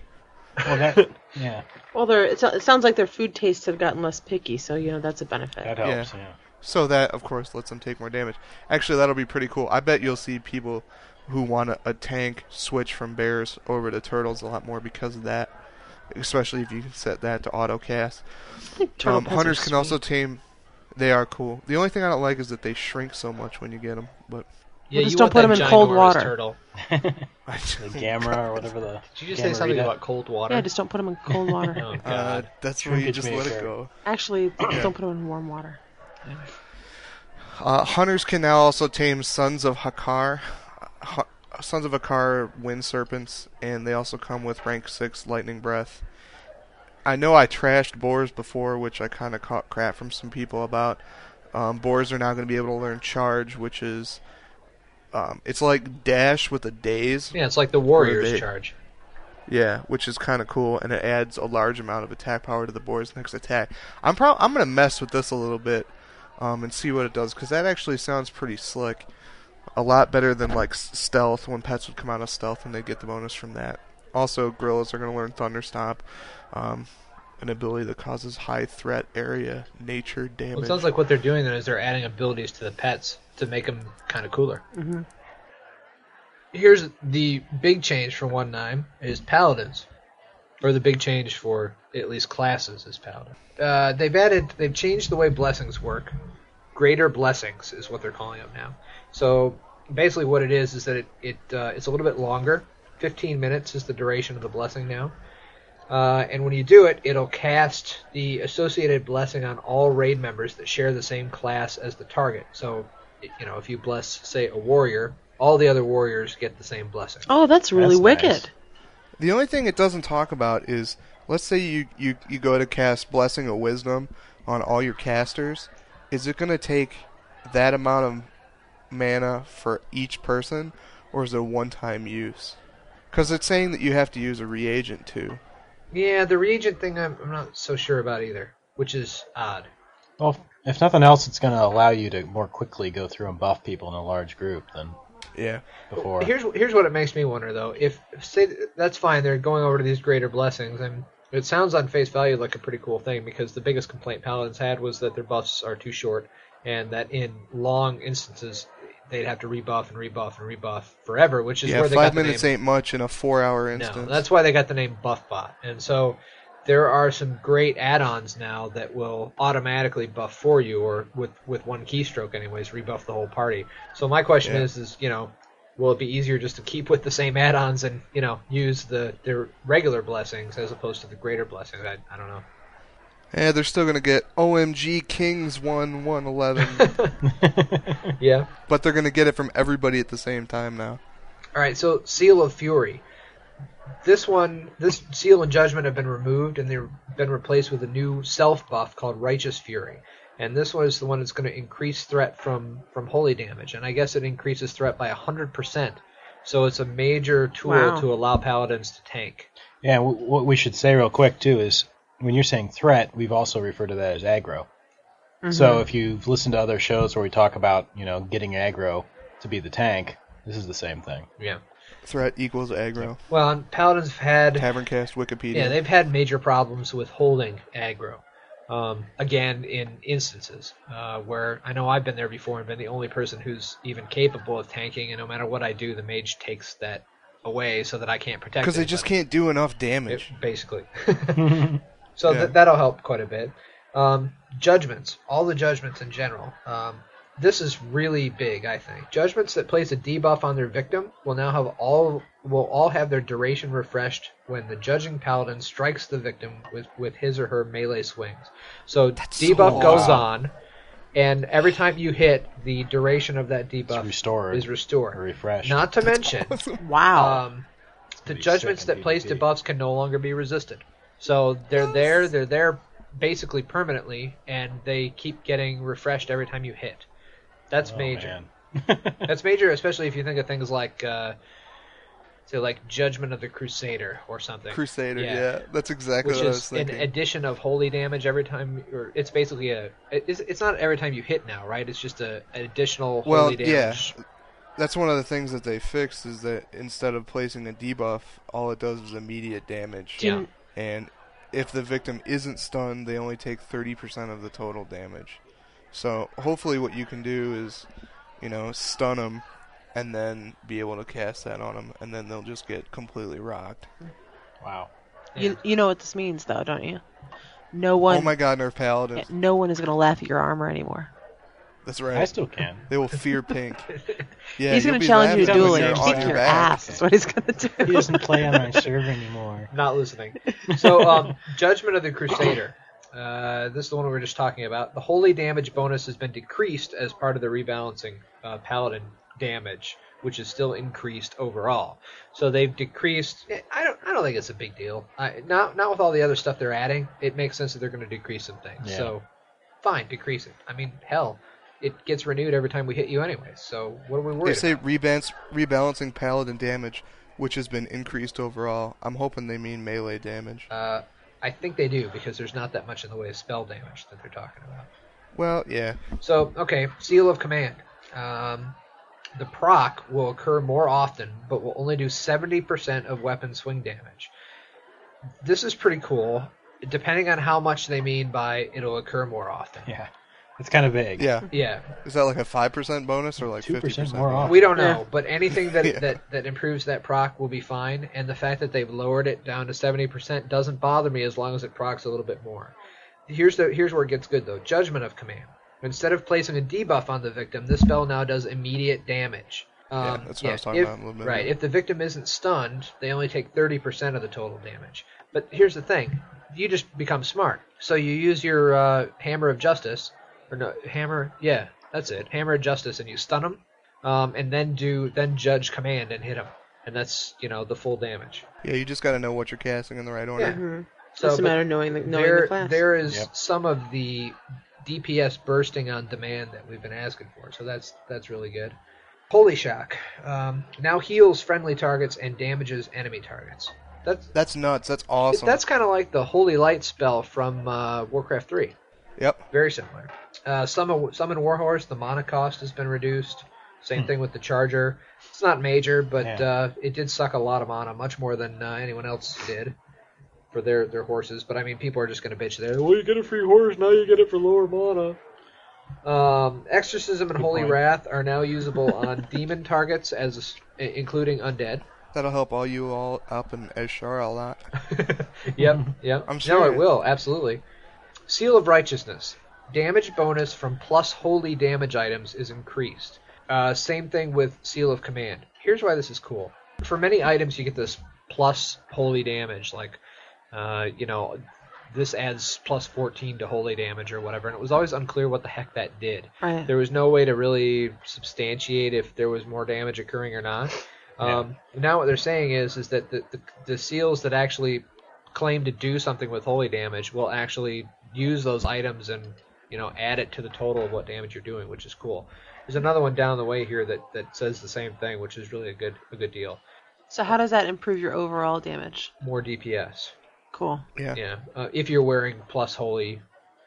Speaker 6: Well, that, yeah,
Speaker 4: Well, they're, it, so- it sounds like their food tastes have gotten less picky, so you know that's a benefit.
Speaker 6: that helps. Yeah.
Speaker 2: So that, of course, lets them take more damage. Actually, that'll be pretty cool. I bet you'll see people who want a, a tank switch from bears over to turtles a lot more because of that. Especially if you can set that to auto cast.
Speaker 4: Turtle
Speaker 2: Um,
Speaker 4: pets are
Speaker 2: hunters can
Speaker 4: sweet.
Speaker 2: also tame. They are cool. The only thing I don't like is that they shrink so much when you get them. But
Speaker 5: Yeah,
Speaker 4: just
Speaker 5: you
Speaker 4: don't
Speaker 5: want
Speaker 4: put
Speaker 5: that
Speaker 4: 'em in
Speaker 5: ginormous
Speaker 4: cold water.
Speaker 5: Turtle.
Speaker 2: I
Speaker 6: The
Speaker 2: just,
Speaker 6: Gamera or whatever the.
Speaker 5: Did you just say something
Speaker 6: Gamerita.
Speaker 5: about cold water?
Speaker 4: Yeah, just don't put them in cold water.
Speaker 5: Oh
Speaker 2: uh,
Speaker 5: god.
Speaker 2: that's where you
Speaker 6: Shrinkage
Speaker 2: just
Speaker 6: may
Speaker 2: let it
Speaker 6: occur.
Speaker 2: go.
Speaker 4: Actually, don't put them in warm water.
Speaker 2: Uh, hunters can now also tame sons of Hakar, Hu- sons of Hakar wind serpents, and they also come with rank six lightning breath. I know I trashed boars before, which I kind of caught crap from some people about. Um, boars are now going to be able to learn charge, which is um, it's like dash with a daze.
Speaker 5: yeah, it's like the Warriors
Speaker 2: they-
Speaker 5: charge.
Speaker 2: Yeah, which is kind of cool, and it adds a large amount of attack power to the boar's next attack. I'm prob- I'm gonna mess with this a little bit, um, and see what it does, because that actually sounds pretty slick. A lot better than like s- stealth when pets would come out of stealth and they'd get the bonus from that. Also, gorillas are gonna learn thunder stomp, um, an ability that causes high threat area nature damage.
Speaker 5: Well, it sounds like what they're doing then is they're adding abilities to the pets to make them kind of cooler. Mm-hmm. Here's the big change for one nine is paladins, or the big change for at least classes is paladin. Uh, they've added, they've changed the way blessings work. Greater blessings is what they're calling them now. So basically, what it is is that it, it uh, it's a little bit longer. Fifteen minutes is the duration of the blessing now. Uh, and when you do it, it'll cast the associated blessing on all raid members that share the same class as the target. So, y- you know, if you bless, say, a warrior, all the other warriors get the same blessing.
Speaker 4: Oh, that's really
Speaker 6: That's
Speaker 4: wicked.
Speaker 6: nice.
Speaker 2: The only thing it doesn't talk about is let's say you, you, you go to cast Blessing of Wisdom on all your casters. Is it going to take that amount of mana for each person, or is it a one time use? Because it's saying that you have to use a reagent too.
Speaker 5: Yeah, the regent thing I'm, I'm not so sure about either, which is odd.
Speaker 6: Well, if if nothing else, it's going to allow you to more quickly go through and buff people in a large group than
Speaker 2: Yeah.
Speaker 6: before.
Speaker 5: Here's here's what it makes me wonder though. If say th- that's fine, they're going over to these greater blessings, and it sounds on face value like a pretty cool thing because the biggest complaint paladins had was that their buffs are too short, and that in long instances they'd have to rebuff and rebuff and rebuff forever, which is
Speaker 2: Yeah,
Speaker 5: where they
Speaker 2: five
Speaker 5: got the
Speaker 2: minutes
Speaker 5: name.
Speaker 2: ain't much in a four hour
Speaker 5: No,
Speaker 2: instance.
Speaker 5: that's why they got the name Buffbot, and so there are some great add-ons now that will automatically buff for you, or with with one keystroke, anyways, rebuff the whole party. So my question
Speaker 2: Yeah.
Speaker 5: is, is you know, will it be easier just to keep with the same add-ons and you know use the their regular blessings as opposed to the greater blessings? I, I don't know.
Speaker 2: Yeah, they're still going to get OMG Kings 1 111,
Speaker 5: Yeah.
Speaker 2: but they're going to get it from everybody at the same time now.
Speaker 5: All right, so Seal of Fury. This one, this Seal and Judgment have been removed and they've been replaced with a new self buff called Righteous Fury. And this one is the one that's going to increase threat from from holy damage, and I guess it increases threat by hundred percent. So it's a major tool
Speaker 4: Wow.
Speaker 5: to allow paladins to tank.
Speaker 6: Yeah, w- what we should say real quick too is when you're saying threat, we've also referred to that as aggro.
Speaker 4: Mm-hmm.
Speaker 6: So if you've listened to other shows where we talk about you know getting aggro to be the tank, this is the same thing.
Speaker 5: Yeah.
Speaker 2: Threat equals aggro.
Speaker 5: Well, and paladins have had
Speaker 2: Tavern Cast, Wikipedia.
Speaker 5: Yeah, they've had major problems with holding aggro. Um, again, in instances uh, where I know I've been there before and been the only person who's even capable of tanking, and no matter what I do, the mage takes that away so that I can't protect.
Speaker 2: Because they just
Speaker 5: anybody.
Speaker 2: can't do enough damage.
Speaker 5: It- basically. so
Speaker 2: Yeah.
Speaker 5: th- that'll help quite a bit. Um, judgments, all the judgments in general. Um, this is really big, I think. Judgments that place a debuff on their victim will now have all will all have their duration refreshed when the judging paladin strikes the victim with, with his or her melee swings. So debuff
Speaker 2: so
Speaker 5: goes
Speaker 2: awesome.
Speaker 5: on, and every time you hit, the duration of that debuff
Speaker 6: restored.
Speaker 5: is restored.
Speaker 6: Or refreshed.
Speaker 5: Not to mention,
Speaker 4: Wow.
Speaker 5: um, the
Speaker 6: be
Speaker 5: judgments
Speaker 6: sick in
Speaker 5: that place
Speaker 6: DDD.
Speaker 5: debuffs can no longer be resisted. So they're there, they're there basically permanently, and they keep getting refreshed every time you hit. That's
Speaker 6: Oh,
Speaker 5: major.
Speaker 6: man.
Speaker 5: That's major, especially if you think of things like uh, to like Judgment of the Crusader or something.
Speaker 2: Crusader, yeah. That's exactly
Speaker 5: Which
Speaker 2: what I was
Speaker 5: is an
Speaker 2: thinking.
Speaker 5: addition of holy damage every time, or it's basically a. It's, it's not every time you hit now, right? It's just a an additional holy
Speaker 2: Well, yeah.
Speaker 5: damage.
Speaker 2: That's one of the things that they fixed is that instead of placing a debuff, all it does is immediate damage.
Speaker 5: Yeah.
Speaker 2: And if the victim isn't stunned, they only take 30% of the total damage. So hopefully, what you can do is, you know, stun them and then be able to cast that on them, and then they'll just get completely rocked.
Speaker 6: Wow.
Speaker 5: Yeah.
Speaker 4: You, you know what this means, though, don't you? No one,
Speaker 2: Oh my god, Nerf Paladin.
Speaker 4: no one is going to laugh at your armor anymore.
Speaker 2: That's
Speaker 6: I
Speaker 2: right.
Speaker 6: still can.
Speaker 2: They will fear pink. Yeah,
Speaker 4: he's
Speaker 2: you'll
Speaker 4: going
Speaker 2: be
Speaker 4: to challenge you to
Speaker 2: laughing when
Speaker 4: dueling.
Speaker 2: you're
Speaker 4: and
Speaker 2: on
Speaker 4: Kick
Speaker 2: your
Speaker 4: your
Speaker 2: back.
Speaker 4: ass. That's what he's going to do.
Speaker 6: He doesn't play on my server anymore.
Speaker 5: Not listening. So, um, Judgment of the Crusader. Uh, this is the one we were just talking about. The holy damage bonus has been decreased as part of the rebalancing uh, paladin damage, which is still increased overall. So they've decreased. eh, I don't. I don't think it's a big deal. I, not not with all the other stuff they're adding. It makes sense that they're going to decrease some things.
Speaker 6: Yeah.
Speaker 5: So, fine, decrease it. I mean, hell, it gets renewed every time we hit you anyway. So what are we
Speaker 2: They
Speaker 5: worried?
Speaker 2: say rebalance, rebalancing paladin damage, which has been increased overall. I'm hoping they mean melee damage.
Speaker 5: about? Uh, I think they do because there's not that much in the way of spell damage that they're talking about.
Speaker 2: Well, yeah.
Speaker 5: So, okay, Seal of Command. Um, the proc will occur more often, but will only do 70% of weapon swing damage. This is pretty cool, depending on how much they mean by it'll occur more often.
Speaker 6: Yeah. It's kind of vague.
Speaker 2: Yeah.
Speaker 5: Yeah,
Speaker 2: Is that like a 5% bonus or like 50%
Speaker 6: 2% more
Speaker 2: bonus?
Speaker 6: off.
Speaker 5: we don't know, but anything that,
Speaker 2: Yeah.
Speaker 5: that, that improves that proc will be fine, and the fact that they've lowered it down to 70% doesn't bother me as long as it procs a little bit more. Here's the here's where it gets good though. Judgment of Command. Instead of placing a debuff on the victim, this spell now does immediate damage. Um,
Speaker 2: Yeah, that's what I was talking
Speaker 5: if-
Speaker 2: about a little bit
Speaker 5: Right.
Speaker 2: ago.
Speaker 5: If the victim isn't stunned, they only take 30% of the total damage. But here's the thing: you just become smart. So you use your uh, hammer of justice, or no hammer? Yeah, that's it. Hammer of justice, and you stun them, um, and then do then judge command and hit them, and that's you know the full damage.
Speaker 2: Yeah, you just got to know what you're casting in the right order.
Speaker 5: So
Speaker 4: it's Mm-hmm. a
Speaker 5: but-
Speaker 4: matter of knowing the, knowing
Speaker 5: there,
Speaker 4: the class.
Speaker 5: there is
Speaker 6: Yep.
Speaker 5: some of the DPS bursting on demand that we've been asking for, so that's that's really good. Holy shock! Um, now heals friendly targets and damages enemy targets. That's
Speaker 2: That's nuts. That's awesome.
Speaker 5: that's kind of like the holy light spell from uh, Warcraft Three.
Speaker 2: Yep.
Speaker 5: Very similar. Uh, summon, summon Warhorse. The mana cost has been reduced. Same thing with the Charger. It's not major, but
Speaker 6: Hmm. Yeah.
Speaker 5: uh, it did suck a lot of mana, much more than uh, anyone else did for their, their horses. But I mean, people are just going to bitch there. Well, you get a free horse now, you get it for lower mana. Um, Exorcism and Holy
Speaker 6: point.
Speaker 5: Wrath are now usable on demon targets, as including undead.
Speaker 2: That'll help all you all up in Eshar a lot.
Speaker 5: Yep, yep.
Speaker 2: I'm
Speaker 5: No,
Speaker 2: serious.
Speaker 5: it will, absolutely. Seal of Righteousness. Damage bonus from plus holy damage items is increased. Uh, same thing with Seal of Command. Here's why this is cool. For many items, you get this plus holy damage, like, uh, you know, this adds plus 14 to holy damage or whatever, and it was always unclear what the heck that did.
Speaker 4: Right.
Speaker 5: There was no way to really substantiate if there was more damage occurring or not. Um, Now what they're saying is is that the, the, the seals that actually claim to do something with holy damage will actually use those items and you know add it to the total of what damage you're doing, which is cool. There's another one down the way here that, that says the same thing, which is really a good a good deal.
Speaker 4: So how does that improve your overall damage?
Speaker 5: More DPS,
Speaker 4: Cool.
Speaker 2: Yeah.
Speaker 5: yeah. Uh, if you're wearing plus holy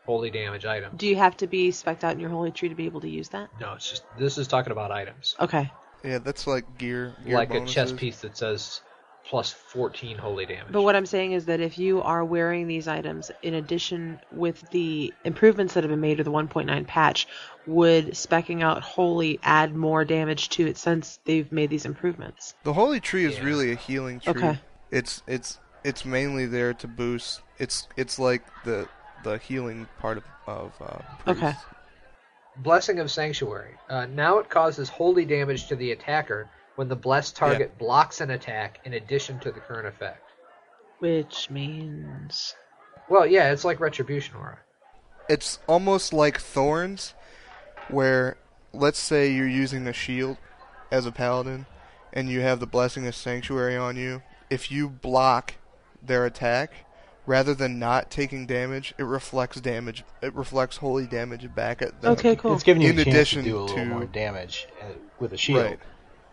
Speaker 5: holy damage item.
Speaker 4: Do you have to be specked out in your holy tree to be able to use that?
Speaker 5: No, it's just this is talking about items
Speaker 4: Okay.
Speaker 2: Yeah, that's like gear. gear
Speaker 5: like a
Speaker 2: bonuses.
Speaker 5: chess piece that says plus 14 holy damage.
Speaker 4: But what I'm saying is that if you are wearing these items, in addition with the improvements that have been made with the 1.9 patch, would specking out holy add more damage to it since they've made these improvements?
Speaker 2: The holy tree is
Speaker 5: Yeah.
Speaker 2: really a healing tree.
Speaker 4: Okay.
Speaker 2: It's it's it's mainly there to boost. It's it's like the the healing part of, of uh,
Speaker 4: Okay.
Speaker 2: priests.
Speaker 5: Blessing of Sanctuary. Uh, now it causes holy damage to the attacker when the blessed target blocks an attack in addition to the current effect.
Speaker 4: Which means
Speaker 5: Well, yeah, it's like Retribution Aura.
Speaker 2: it's almost like thorns where let's say you're using a shield as a paladin and you have the blessing of sanctuary on you if you block their attack rather than not taking damage it reflects damage it reflects holy damage back at them
Speaker 4: Okay, cool.
Speaker 6: It's giving you
Speaker 2: In
Speaker 6: a chance to
Speaker 2: addition
Speaker 6: do a little
Speaker 2: to-
Speaker 6: more damage uh, with a shield.
Speaker 2: Right.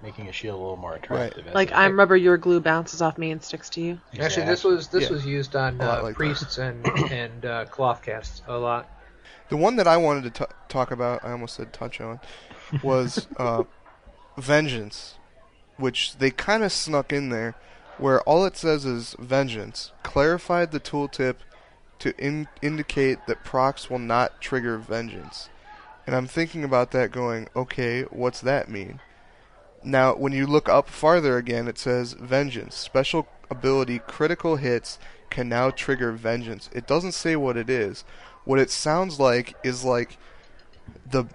Speaker 6: making a shield a little more attractive. as
Speaker 4: Like
Speaker 6: they-
Speaker 4: I'm rubber, your glue bounces off me and sticks to you.
Speaker 5: Actually, this was this
Speaker 2: Yeah.
Speaker 5: was used on
Speaker 2: A lot
Speaker 5: uh,
Speaker 2: like that.
Speaker 5: priests and and uh, cloth casts a lot.
Speaker 2: The one that I wanted to t- talk about, I almost said touch on, was uh, Vengeance, which they kind of snuck in there, where all it says is Vengeance. Clarified the tooltip to in- indicate that procs will not trigger Vengeance. And I'm thinking about that going, okay, what's that mean? Now, when you look up farther again, it says Vengeance. Special ability critical hits can now trigger Vengeance. It doesn't say what it is. What it sounds like is like the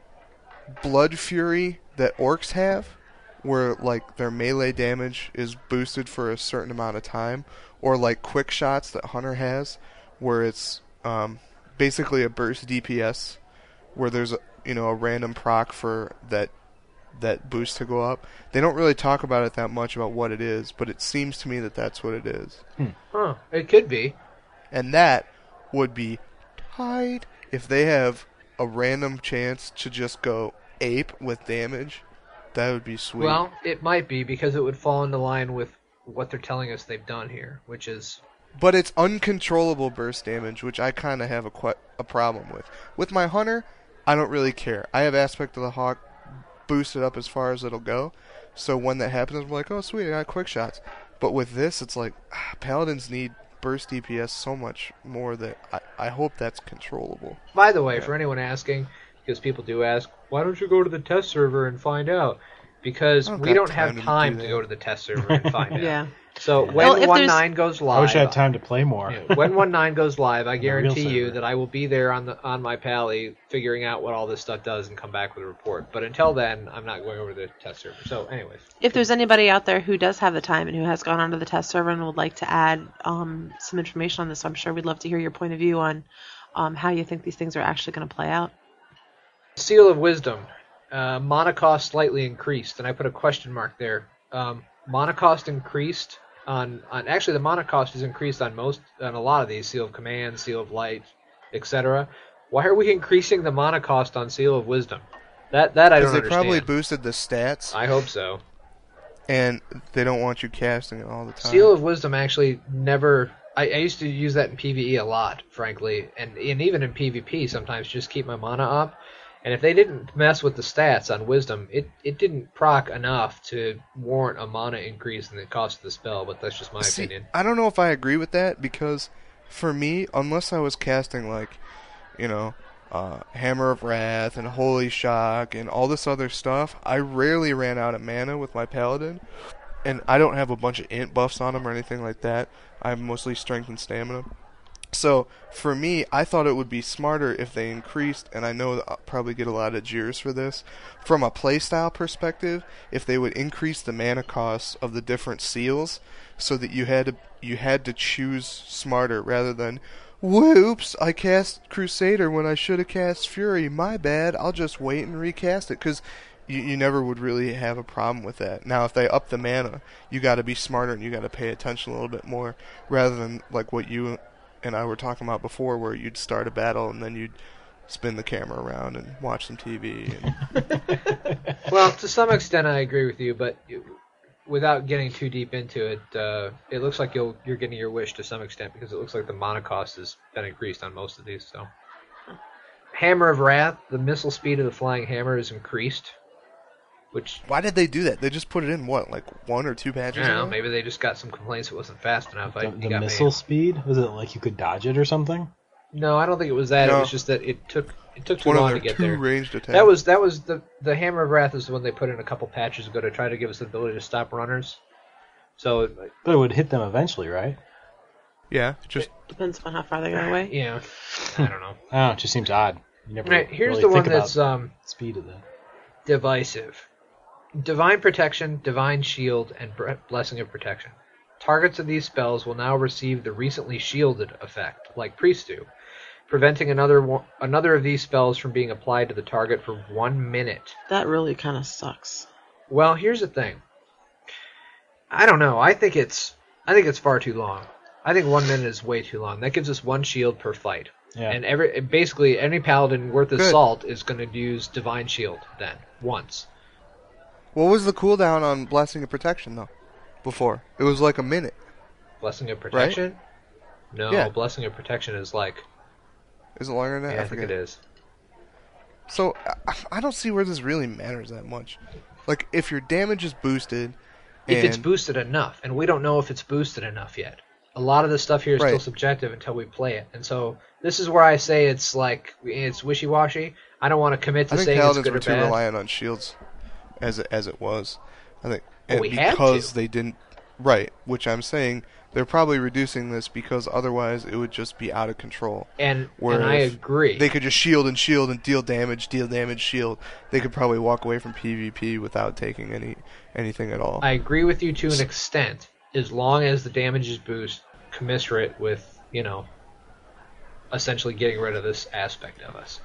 Speaker 2: Blood Fury that orcs have, where like their melee damage is boosted for a certain amount of time, or like Quick Shots that Hunter has, where it's um, basically a burst DPS, where there's a you know a random proc for that that boost to go up. They don't really talk about it that much about what it is, but it seems to me that that's what it is.
Speaker 5: Huh? It could be.
Speaker 2: And that would be tied if they have a random chance to just go ape with damage. That would be sweet.
Speaker 5: Well, it might be because it would fall into line with what they're telling us they've done here, which is
Speaker 2: but it's uncontrollable burst damage, which I kind of have a que- a problem with. With my hunter, I don't really care. I have aspect of the hawk boosted up as far as it'll go, so when that happens, I'm like, oh sweet, I got quick shots. But with this, it's like ah, paladins need burst DPS so much more that I, I hope that's controllable.
Speaker 5: By the way, for anyone asking, because people do ask, why don't you go to the test server and find out? Because
Speaker 2: I don't
Speaker 5: we
Speaker 2: got
Speaker 5: don't
Speaker 2: time
Speaker 5: have
Speaker 2: to
Speaker 5: time
Speaker 2: do
Speaker 5: to,
Speaker 2: that.
Speaker 5: go to the test server and find out.
Speaker 4: Yeah.
Speaker 5: So
Speaker 4: Well,
Speaker 5: when
Speaker 4: if
Speaker 5: one
Speaker 4: there's-
Speaker 5: nine goes live,
Speaker 6: I wish I had time to play more.
Speaker 5: yeah, when one nine goes live, I
Speaker 6: real
Speaker 5: guarantee you
Speaker 6: server.
Speaker 5: that I will be there on the on my pally figuring out what all this stuff does and come back with a report. But until then, I'm not going over to the test server. So, anyways,
Speaker 4: If there's anybody out there who does have the time and who has gone onto the test server and would like to add um, some information on this, I'm sure we'd love to hear your point of view on um, how you think these things are actually going to play out.
Speaker 5: Seal of Wisdom. Uh, mana cost slightly increased, and I put a question mark there. Um, mana cost increased on, on actually the mana cost is increased on most on a lot of these Seal of Command, Seal of Light, etc. Why are we increasing the mana cost on Seal of Wisdom? That that I
Speaker 2: Because
Speaker 5: don't
Speaker 2: they
Speaker 5: understand.
Speaker 2: probably boosted the stats.
Speaker 5: I hope so.
Speaker 2: and they don't want you casting it all the time.
Speaker 5: Seal of Wisdom actually never. I, I used to use that in PVE a lot, frankly, and and even in PvP sometimes just keep my mana up. And if they didn't mess with the stats on Wisdom, it, it didn't proc enough to warrant a mana increase in the cost of the spell. But that's just my
Speaker 2: See,
Speaker 5: opinion.
Speaker 2: I don't know if I agree with that because for me, unless I was casting like, you know, uh, Hammer of Wrath and Holy Shock and all this other stuff, I rarely ran out of mana with my paladin, and I don't have a bunch of int buffs on him or anything like that. I have mostly strength and stamina. So for me, I thought it would be smarter if they increased, and I know that I'll probably get a lot of jeers for this, from a playstyle perspective, if they would increase the mana costs of the different seals, so that you had to you had to choose smarter rather than, whoops, I cast Crusader when I should have cast Fury. My bad. I'll just wait and recast it because. You, you never would really have a problem with that. Now, if they up the mana, you got to be smarter and you got to pay attention a little bit more, rather than like what you and I were talking about before, where you'd start a battle and then you'd spin the camera around and watch some TV. And
Speaker 5: well, to some extent, I agree with you, but you- without getting too deep into it, uh, it looks like you'll, you're getting your wish to some extent because it looks like the mana cost has been increased on most of these. So, Hammer of Wrath, the missile speed of the flying hammer is increased, which
Speaker 2: why did they do that? They just put it in what, like one or two
Speaker 5: I
Speaker 2: patches?
Speaker 5: don't know,
Speaker 2: ago?
Speaker 5: maybe they just got some complaints it wasn't fast enough. I,
Speaker 6: The,
Speaker 5: you
Speaker 6: the
Speaker 5: got me.
Speaker 6: missile speed was it like you could dodge it or something?
Speaker 5: No, I don't think it was that. It
Speaker 2: No.
Speaker 5: was just that it took it took too
Speaker 2: One of
Speaker 5: long
Speaker 2: their
Speaker 5: to get
Speaker 2: two
Speaker 5: there.
Speaker 2: ranged attacks.
Speaker 5: That was that was the the Hammer of Wrath is the one they put in a couple patches ago to try to give us the ability to stop runners. So
Speaker 6: But it would hit them eventually, right?
Speaker 2: yeah, just
Speaker 4: Depends upon how far they go away.
Speaker 5: Yeah, I don't know.
Speaker 6: Oh, it just seems odd. You never
Speaker 5: Right, here's
Speaker 6: really
Speaker 5: the
Speaker 6: think
Speaker 5: one
Speaker 6: about
Speaker 5: that's um,
Speaker 6: speed of that.
Speaker 5: divisive: Divine Protection, Divine Shield, and Bre- Blessing of Protection. Targets of these spells will now receive the recently shielded effect, like priests do, preventing another one, another of these spells from being applied to the target for one minute.
Speaker 4: That really kind of sucks.
Speaker 5: Well, here's the thing. I don't know. I think it's I think it's far too long. I think one minute is way too long. That gives us one shield per fight.
Speaker 6: Yeah.
Speaker 5: And every basically any paladin worth his
Speaker 2: Good.
Speaker 5: salt is going to use divine shield then once.
Speaker 2: What was the cooldown on Blessing of Protection though? Before it was like a minute.
Speaker 5: Blessing of Protection? No,
Speaker 2: Yeah.
Speaker 5: Blessing of Protection is like.
Speaker 2: Is it longer than that?
Speaker 5: Yeah, I,
Speaker 2: I
Speaker 5: think
Speaker 2: forget.
Speaker 5: it is.
Speaker 2: So I, I don't see where this really matters that much. Like if your damage is boosted,
Speaker 5: If it's
Speaker 2: and-
Speaker 5: boosted enough, and we don't know if it's boosted enough yet. A lot of the stuff here is still
Speaker 2: Right.
Speaker 5: subjective until we play it, and so this is where I say it's like it's wishy washy. I don't want to commit to
Speaker 2: I think
Speaker 5: saying it's
Speaker 2: paladins
Speaker 5: good
Speaker 2: were
Speaker 5: or
Speaker 2: too
Speaker 5: bad.
Speaker 2: reliant on shields, as it, as it was. I think and
Speaker 5: we had
Speaker 2: because
Speaker 5: to.
Speaker 2: they didn't right, which I'm saying they're probably reducing this because otherwise it would just be out of control.
Speaker 5: and
Speaker 2: Where
Speaker 5: and I
Speaker 2: if
Speaker 5: agree.
Speaker 2: They could just shield and shield and deal damage, deal damage, shield. They could probably walk away from PvP without taking any anything at all.
Speaker 5: I agree with you to an extent, as long as the damage is boost commensurate with you know, essentially getting rid of this aspect of us.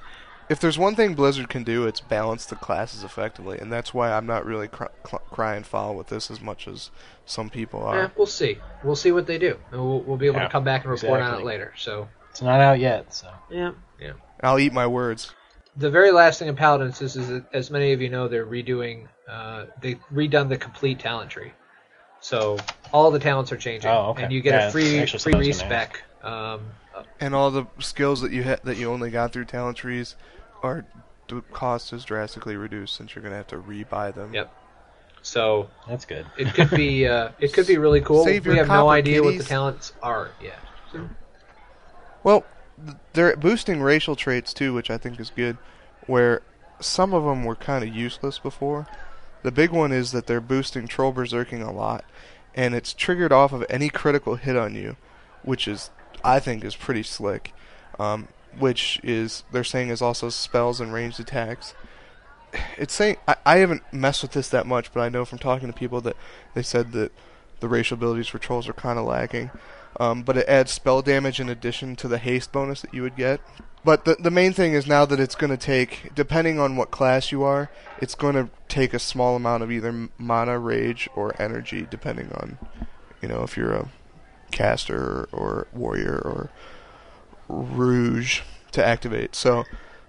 Speaker 2: if there's one thing Blizzard can do, it's balance the classes effectively, and that's why I'm not really cr- cl- crying foul with this as much as some people are.
Speaker 5: Eh, we'll see. We'll see what they do, and we'll, we'll be able
Speaker 6: Yeah,
Speaker 5: to come back and report on it
Speaker 6: exactly.
Speaker 5: later. So
Speaker 6: It's not out yet, so
Speaker 4: Yeah.
Speaker 5: yeah.
Speaker 2: And I'll eat my words.
Speaker 5: the very last thing in Paladins is, is that, as many of you know, they're redoing, uh, they redone the complete talent tree. So all the talents are changing,
Speaker 6: Oh, okay.
Speaker 5: and you get
Speaker 6: Yeah,
Speaker 5: a free
Speaker 6: actually,
Speaker 5: free
Speaker 6: that's nice.
Speaker 5: respec. Um,
Speaker 2: and all the skills that you ha- that you only got through talent trees are the cost is drastically reduced since you're going to have to rebuy them.
Speaker 5: Yep. so
Speaker 6: that's good.
Speaker 5: it could be uh, it could be really cool.
Speaker 2: Save
Speaker 5: we
Speaker 2: your
Speaker 5: have no
Speaker 2: copper,
Speaker 5: idea what the
Speaker 2: kiddies.
Speaker 5: talents are yet. So,
Speaker 2: Well, th- they're boosting racial traits too, which I think is good. Where some of them were kind of useless before. The big one is that they're boosting troll berserking a lot, and it's triggered off of any critical hit on you, which is I think is pretty slick. Um, which is they're saying is also spells and ranged attacks. It's saying I, I haven't messed with this that much, but I know from talking to people that they said that the racial abilities for trolls are kind of lacking. Um, but it adds spell damage in addition to the haste bonus that you would get. But the the main thing is now that it's going to take, depending on what class you are, it's going to take a small amount of either mana, rage, or energy, depending on, you know, if you're a caster or warrior or rouge to activate. So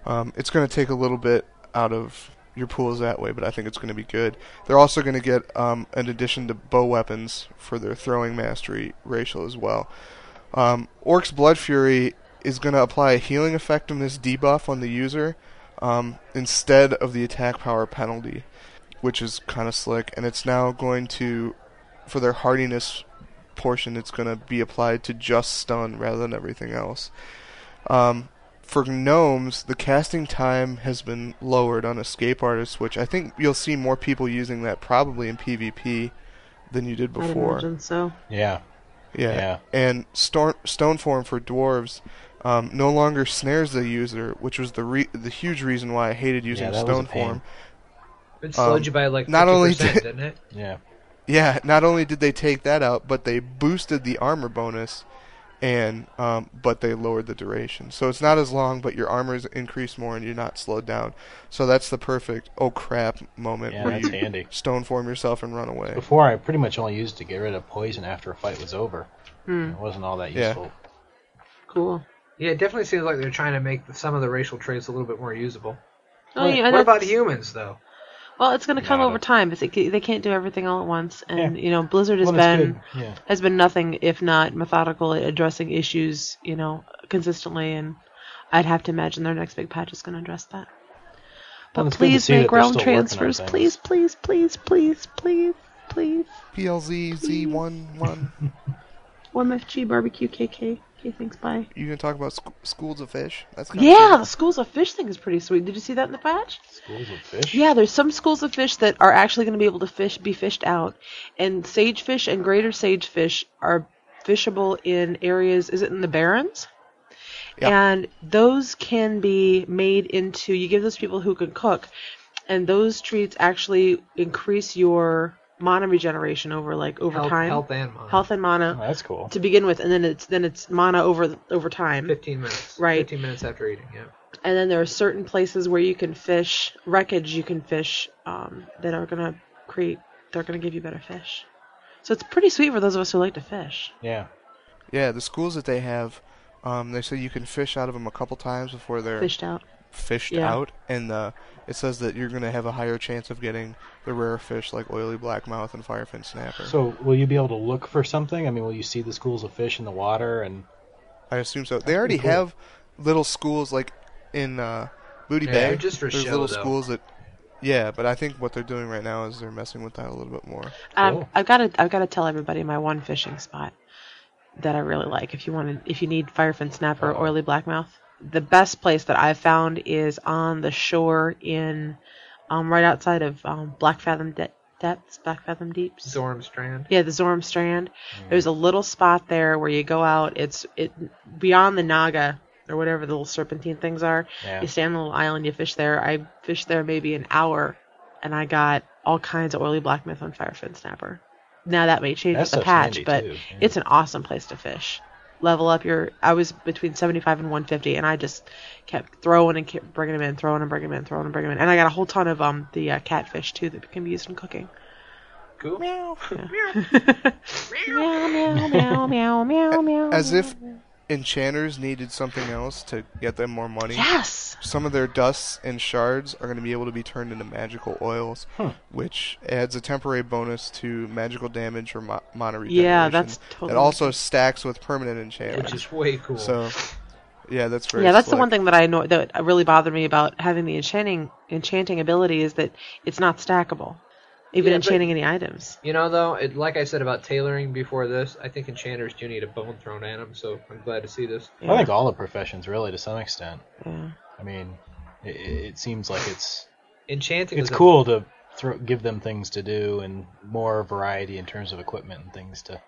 Speaker 2: um, it's going to take a little bit out of your pools that way, but I think it's going to be good. They're also going to get um, an addition to bow weapons for their throwing mastery racial as well. Um, Orc's Blood Fury is going to apply a healing effectiveness debuff on the user um, instead of the attack power penalty, which is kind of slick. And it's now going to, for their hardiness portion, it's going to be applied to just stun rather than everything else. Um, for gnomes, the casting time has been lowered on escape artists, which I think you'll see more people using that probably in PvP than you did
Speaker 4: I'd
Speaker 2: before.
Speaker 4: imagine so.
Speaker 6: Yeah,
Speaker 2: Yeah.
Speaker 6: Yeah.
Speaker 2: And storm, stone form for dwarves um, no longer snares the user, which was the re- the huge reason why I hated using
Speaker 6: Yeah, that was a
Speaker 2: stone
Speaker 6: pain.
Speaker 2: form.
Speaker 5: it slowed
Speaker 2: Um,
Speaker 5: you by like
Speaker 2: not only
Speaker 5: 50%,
Speaker 2: did-
Speaker 5: didn't it?
Speaker 6: yeah.
Speaker 2: Yeah, not only did they take that out, but they boosted the armor bonus, and um, but they lowered the duration. So it's not as long, but your armor is increased more, and you're not slowed down. So that's the perfect oh crap moment
Speaker 6: Yeah,
Speaker 2: where
Speaker 6: that's
Speaker 2: you
Speaker 6: handy.
Speaker 2: stone form yourself and run away.
Speaker 6: Before I pretty much only used it to get rid of poison after a fight was over.
Speaker 5: Hmm.
Speaker 6: It wasn't all that
Speaker 2: Yeah.
Speaker 6: useful.
Speaker 4: Cool.
Speaker 5: Yeah, it definitely seems like they're trying to make the- some of the racial traits a little bit more usable.
Speaker 4: Oh yeah.
Speaker 5: what about
Speaker 4: that's-
Speaker 5: humans though?
Speaker 4: Well, it's going to come
Speaker 6: Not
Speaker 4: over
Speaker 6: a-
Speaker 4: time. It's, it, they can't do everything all at once, and
Speaker 6: Yeah.
Speaker 4: you know, Blizzard has
Speaker 6: Well, that's
Speaker 4: been
Speaker 6: good. Yeah.
Speaker 4: has been nothing if not methodical at addressing issues, you know, consistently. And I'd have to imagine their next big patch is going to address that. But
Speaker 6: Well, it's good to
Speaker 4: please
Speaker 6: see that
Speaker 4: make
Speaker 6: they're
Speaker 4: realm
Speaker 6: still working on
Speaker 4: transfers,
Speaker 6: things.
Speaker 4: please, please, please, please, please, please.
Speaker 2: PLZ Z one one.
Speaker 4: YMFG barbecue KK. Okay, thanks. Bye.
Speaker 2: You gonna talk about sc- schools of fish? That's kinda
Speaker 4: Yeah,
Speaker 2: cool.
Speaker 4: the schools of fish thing is pretty sweet. Did you see that in the patch?
Speaker 6: Schools of fish.
Speaker 4: Yeah, there's some schools of fish that are actually going to be able to fish be fished out, and sagefish and greater sagefish are fishable in areas. Is it in the barrens?
Speaker 2: Yeah.
Speaker 4: And those can be made into. You give those people who can cook, and those treats actually increase your mana regeneration over like over
Speaker 5: Health,
Speaker 4: time,
Speaker 5: health and mind.
Speaker 4: Health and
Speaker 6: Oh,
Speaker 4: mana
Speaker 6: that's cool.
Speaker 4: to begin with, and then it's then it's mana over over time.
Speaker 5: Fifteen minutes.
Speaker 4: Right.
Speaker 5: Fifteen minutes after eating. Yeah.
Speaker 4: and then there are certain places where you can fish wreckage you can fish um, that are going to create they're going to give you better fish so it's pretty sweet for those of us who like to fish
Speaker 6: Yeah.
Speaker 2: Yeah, the schools that they have, um, they say you can fish out of them a couple times before they're
Speaker 4: fished out
Speaker 2: fished
Speaker 4: Yeah.
Speaker 2: out, and uh, it says that you're going to have a higher chance of getting the rare fish like oily blackmouth and firefin snapper.
Speaker 6: So, will you be able to look for something? I mean, will you see the schools of fish in the water? And
Speaker 2: I assume so. They already
Speaker 6: pretty cool.
Speaker 2: have little schools like in uh, Booty
Speaker 5: Yeah,
Speaker 2: Bay.
Speaker 5: they're just for
Speaker 2: There's
Speaker 5: show,
Speaker 2: little
Speaker 5: though.
Speaker 2: schools that. Yeah, but I think what they're doing right now is they're messing with that a little bit more.
Speaker 4: Um,
Speaker 6: Cool.
Speaker 4: I've got to I've got to tell everybody my one fishing spot that I really like. If you want to, if you need firefin snapper or oily blackmouth, the best place that I've found is on the shore in, um, right outside of um, Black Fathom De- depths, Black Fathom Deeps.
Speaker 5: Zorm Strand.
Speaker 4: Yeah, the Zorm Strand.
Speaker 6: Mm.
Speaker 4: There's a little spot there where you go out. It's it beyond the Naga or whatever the little serpentine things are.
Speaker 6: Yeah.
Speaker 4: You stay on a little island. You fish there. I fished there maybe an hour, and I got all kinds of oily blackmouth and firefin snapper. Now that may change
Speaker 6: That
Speaker 4: with the
Speaker 6: stuff's
Speaker 4: patch,
Speaker 6: handy,
Speaker 4: but
Speaker 6: too, yeah.
Speaker 4: it's an awesome place to fish. Level up your. I was between 75 and 150, and I just kept throwing and kept bringing them in, throwing and bringing them in, throwing and bringing them in, and I got a whole ton of um the uh, catfish too that can be used in cooking.
Speaker 5: Cool.
Speaker 4: meow meow meow meow meow meow.
Speaker 2: As if enchanters needed something else to get them more money.
Speaker 4: Yes.
Speaker 2: Some of their dusts and shards are going to be able to be turned into magical oils, which adds a temporary bonus to magical damage or mo- mana regeneration.
Speaker 4: Yeah, that's totally-
Speaker 2: It also stacks with permanent enchantment.
Speaker 5: Which is way cool.
Speaker 2: So, yeah, that's very.
Speaker 4: yeah, that's the
Speaker 2: slick.
Speaker 4: one thing that I know that really bothered me about having the enchanting enchanting ability is that it's not stackable, even
Speaker 5: Yeah, but-
Speaker 4: enchanting any items.
Speaker 5: You know, though, it, like I said about tailoring before this, I think enchanters do need a bone thrown at them, so I'm glad to see this.
Speaker 6: I think all the professions, really, to some extent.
Speaker 4: Yeah.
Speaker 6: I mean, it, it seems like it's
Speaker 5: Enchanting
Speaker 6: it's
Speaker 5: is a-
Speaker 6: cool to throw, give them things to do and more variety in terms of equipment and things to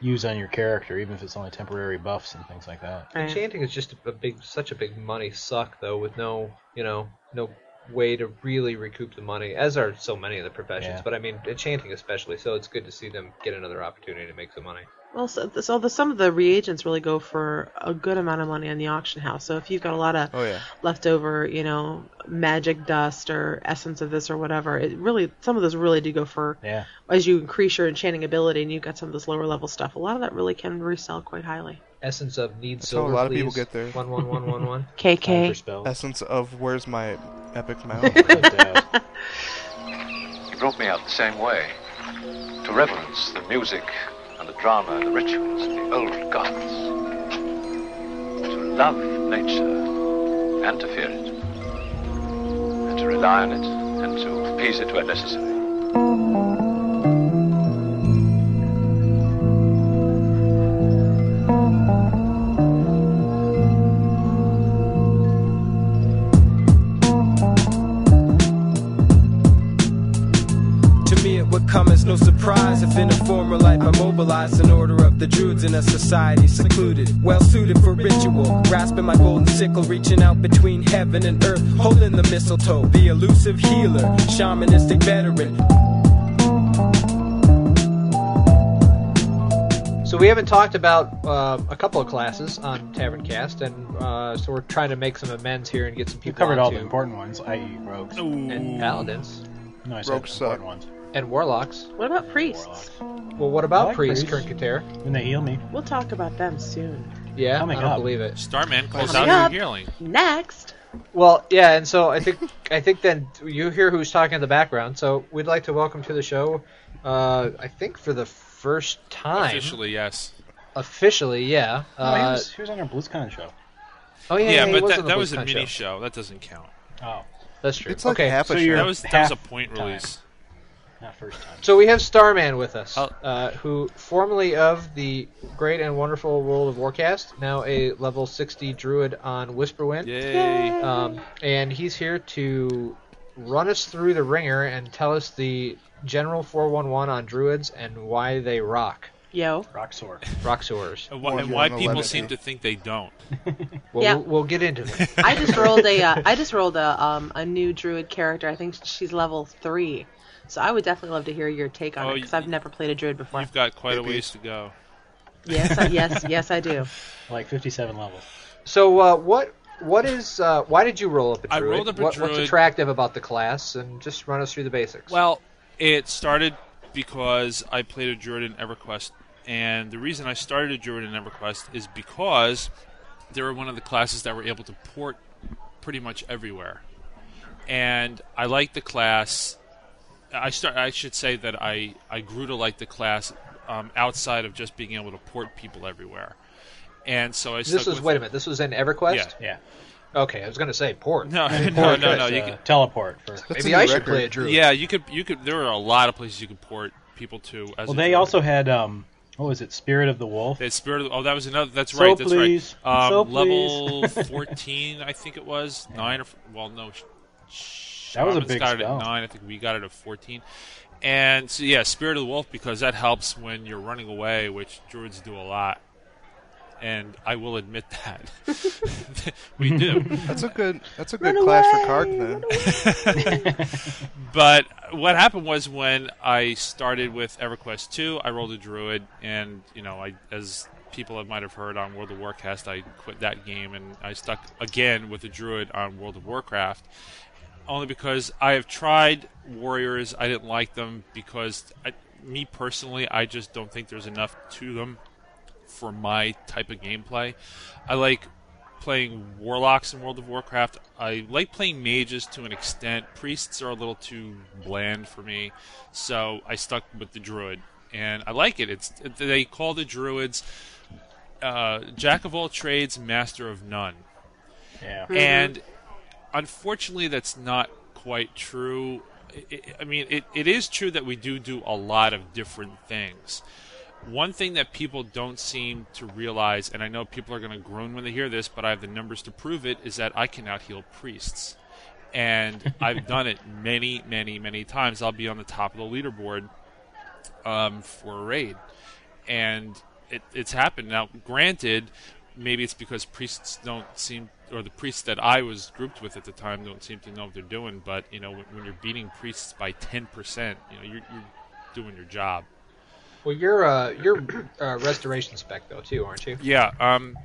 Speaker 6: use on your character, even if it's only temporary buffs and things like that.
Speaker 5: enchanting is just a big, such a big money suck, though, with no, you know, no way to really recoup the money, as are so many of the professions.
Speaker 6: Yeah.
Speaker 5: But I mean, enchanting especially, so it's good to see them get another opportunity to make some money.
Speaker 4: Well, so, so the, some of the reagents really go for a good amount of money on the auction house. So if you've got a lot of
Speaker 2: Oh yeah.
Speaker 4: leftover, you know, magic dust or essence of this or whatever, it really some of those really do go for.
Speaker 6: Yeah.
Speaker 4: As you increase your enchanting ability and you've got some of this lower level stuff, a lot of that really can resell quite highly.
Speaker 5: Essence of need
Speaker 2: how a
Speaker 5: silver.
Speaker 2: lot of people
Speaker 5: please.
Speaker 2: get there.
Speaker 5: One, one, one, one, one.
Speaker 6: Time for
Speaker 4: KK.
Speaker 6: spells.
Speaker 2: Essence of where's my epic mount?
Speaker 6: But, uh,
Speaker 10: He brought me out the same way. To reverence the music and the drama and the rituals of the old gods. To love nature and to fear it. And to rely on it and to appease it where necessary.
Speaker 11: To me, it would come as no surprise if in a former life I mobilized an order of the Druids in a society secluded, well suited for ritual. Grasping my golden sickle, reaching out between heaven and earth, holding the mistletoe, the elusive healer, shamanistic veteran,
Speaker 5: So we haven't talked about uh, a couple of classes on Tavern Cast, and uh, so we're trying to make some amends here and get some
Speaker 6: you
Speaker 5: people
Speaker 6: covered all
Speaker 5: onto-
Speaker 6: the important ones, i.e., rogues.
Speaker 5: and paladins
Speaker 6: No, I said
Speaker 2: Rogues suck.
Speaker 6: important ones.
Speaker 5: and warlocks.
Speaker 4: What about priests?
Speaker 6: Warlocks.
Speaker 5: Well, what about
Speaker 6: like
Speaker 5: priests,
Speaker 6: priests.
Speaker 5: Kern
Speaker 6: When they heal me,
Speaker 4: We'll talk about them soon.
Speaker 5: Yeah,
Speaker 6: Coming
Speaker 5: I don't
Speaker 6: up.
Speaker 5: believe it.
Speaker 12: Starman
Speaker 5: Oh,
Speaker 12: close
Speaker 4: Coming
Speaker 12: out your
Speaker 4: up.
Speaker 12: healing.
Speaker 4: Next.
Speaker 5: Well, yeah, and so I think I think then you hear who's talking in the background. So we'd like to welcome to the show. Uh, I think for the first time
Speaker 12: Officially, yes.
Speaker 5: officially, yeah.
Speaker 6: oh, he,
Speaker 5: Uh,
Speaker 6: was, he was on our BlizzCon show.
Speaker 5: oh yeah,
Speaker 12: Yeah,
Speaker 5: he was
Speaker 12: but
Speaker 5: on
Speaker 12: that,
Speaker 5: the
Speaker 12: that was a
Speaker 5: BlizzCon
Speaker 12: mini
Speaker 5: show.
Speaker 12: show. That doesn't count.
Speaker 6: Oh,
Speaker 5: That's true.
Speaker 2: It's like
Speaker 5: okay,
Speaker 2: half a
Speaker 6: so
Speaker 2: show.
Speaker 6: you're-
Speaker 12: That was that was a
Speaker 6: Half
Speaker 12: point
Speaker 6: time.
Speaker 12: release.
Speaker 6: not first time.
Speaker 5: so we have Starman with us,
Speaker 12: I'll-
Speaker 5: uh, who formerly of the great and wonderful World of Warcast, now a level sixty druid on Whisperwind.
Speaker 12: Yay!
Speaker 5: Um, and he's here to run us through the ringer and tell us the general 411 on druids and why they rock.
Speaker 4: Yo.
Speaker 6: Roxor.
Speaker 5: Rock sewers.
Speaker 12: And why,
Speaker 2: Well,
Speaker 12: and
Speaker 2: you're
Speaker 12: why
Speaker 2: on
Speaker 12: people
Speaker 2: 11.
Speaker 12: seem to think they don't.
Speaker 5: Well,
Speaker 4: Yeah.
Speaker 5: we'll, we'll get into that.
Speaker 4: I just rolled a uh, I just rolled a um a new druid character. I think she's level three. So I would definitely love to hear your take on it
Speaker 12: Oh,
Speaker 4: it because I've
Speaker 12: you-
Speaker 4: never played a druid before.
Speaker 12: You've got quite a
Speaker 2: Maybe.
Speaker 12: ways to go.
Speaker 4: Yes, I, yes, yes, I do.
Speaker 6: Like 57 levels.
Speaker 5: So, uh, what what is uh, why did you roll up a
Speaker 12: I
Speaker 5: druid?
Speaker 12: rolled up a
Speaker 5: what, What's
Speaker 12: druid.
Speaker 5: attractive about the class? And just run us through the basics.
Speaker 12: Well, it started because I played a druid in EverQuest, and the reason I started a druid in EverQuest is because they were one of the classes that were able to port pretty much everywhere, and I like the class. I start. I should say that I I grew to like the class um, outside of just being able to port people everywhere, and so I.
Speaker 5: This
Speaker 12: stuck
Speaker 5: was
Speaker 12: with
Speaker 5: wait
Speaker 12: it.
Speaker 5: a minute. This was in EverQuest.
Speaker 12: Yeah.
Speaker 6: Yeah.
Speaker 5: Okay, I was gonna say port.
Speaker 12: No, no, no, no. Oh, You
Speaker 6: uh,
Speaker 12: can,
Speaker 6: teleport. For,
Speaker 5: Maybe I should play a druid.
Speaker 12: Yeah, you could. You could. There were a lot of places you could port people to. As
Speaker 6: well,
Speaker 12: a
Speaker 6: they
Speaker 12: druid.
Speaker 6: also had um, what was it? Spirit of the Wolf.
Speaker 12: That spirit. Of, oh, that was another. That's
Speaker 6: So
Speaker 12: right. That's
Speaker 6: please.
Speaker 12: right. Um,
Speaker 6: So
Speaker 12: level
Speaker 6: please.
Speaker 12: fourteen, I think it was nine or f- well, no. sh- sh-
Speaker 6: That was a
Speaker 12: Shaman's
Speaker 6: big
Speaker 12: got it
Speaker 6: spell.
Speaker 12: at nine. I think we got it at fourteen. And so yeah, spirit of the wolf because that helps when you're running away, which druids do a lot. And I will admit that we do.
Speaker 2: That's a good. That's a good class for Karg then.
Speaker 12: but what happened was when I started with EverQuest 2, I rolled a druid, and you know, I as people might have heard on World of Warcast, I quit that game and I stuck again with a druid on World of Warcraft. Only because I have tried warriors, I didn't like them because I, me personally, I just don't think there's enough to them for my type of gameplay. I like playing warlocks in World of Warcraft. I like playing mages to an extent. Priests are a little too bland for me, so I stuck with the druid, and I like it. It's they call the druids uh, jack of all trades, master of none.
Speaker 6: Yeah.
Speaker 12: And unfortunately, that's not quite true. I- I- I mean, it, it is true that we do do a lot of different things. One thing that people don't seem to realize, and I know people are going to groan when they hear this, but I have the numbers to prove it, is that I can out heal priests. And I've done it many, many, many times. I'll be on the top of the leaderboard um, for a raid, and it, it's happened. Now, granted, maybe it's because priests don't seem, or the priests that I was grouped with at the time don't seem to know what they're doing. But you know, when, when you're beating priests by ten percent, you know, you're, you're doing your job.
Speaker 5: Well, you're uh, you're uh, restoration spec though too, aren't you?
Speaker 12: Yeah. Um,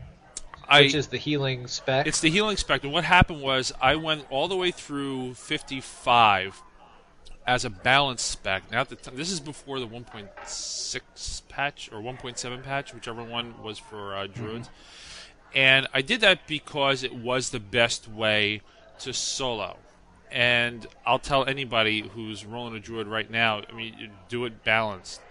Speaker 12: I,
Speaker 5: Which is the healing spec.
Speaker 12: It's the healing spectrum. What happened was I went all the way through 55 as a balance spec. Now, at the time, this is before the 1.6 patch or 1.7 patch, whichever one was for
Speaker 5: Mm-hmm.
Speaker 12: uh, druids. And I did that because it was the best way to solo. And I'll tell anybody who's rolling a druid right now, I mean, you do it balanced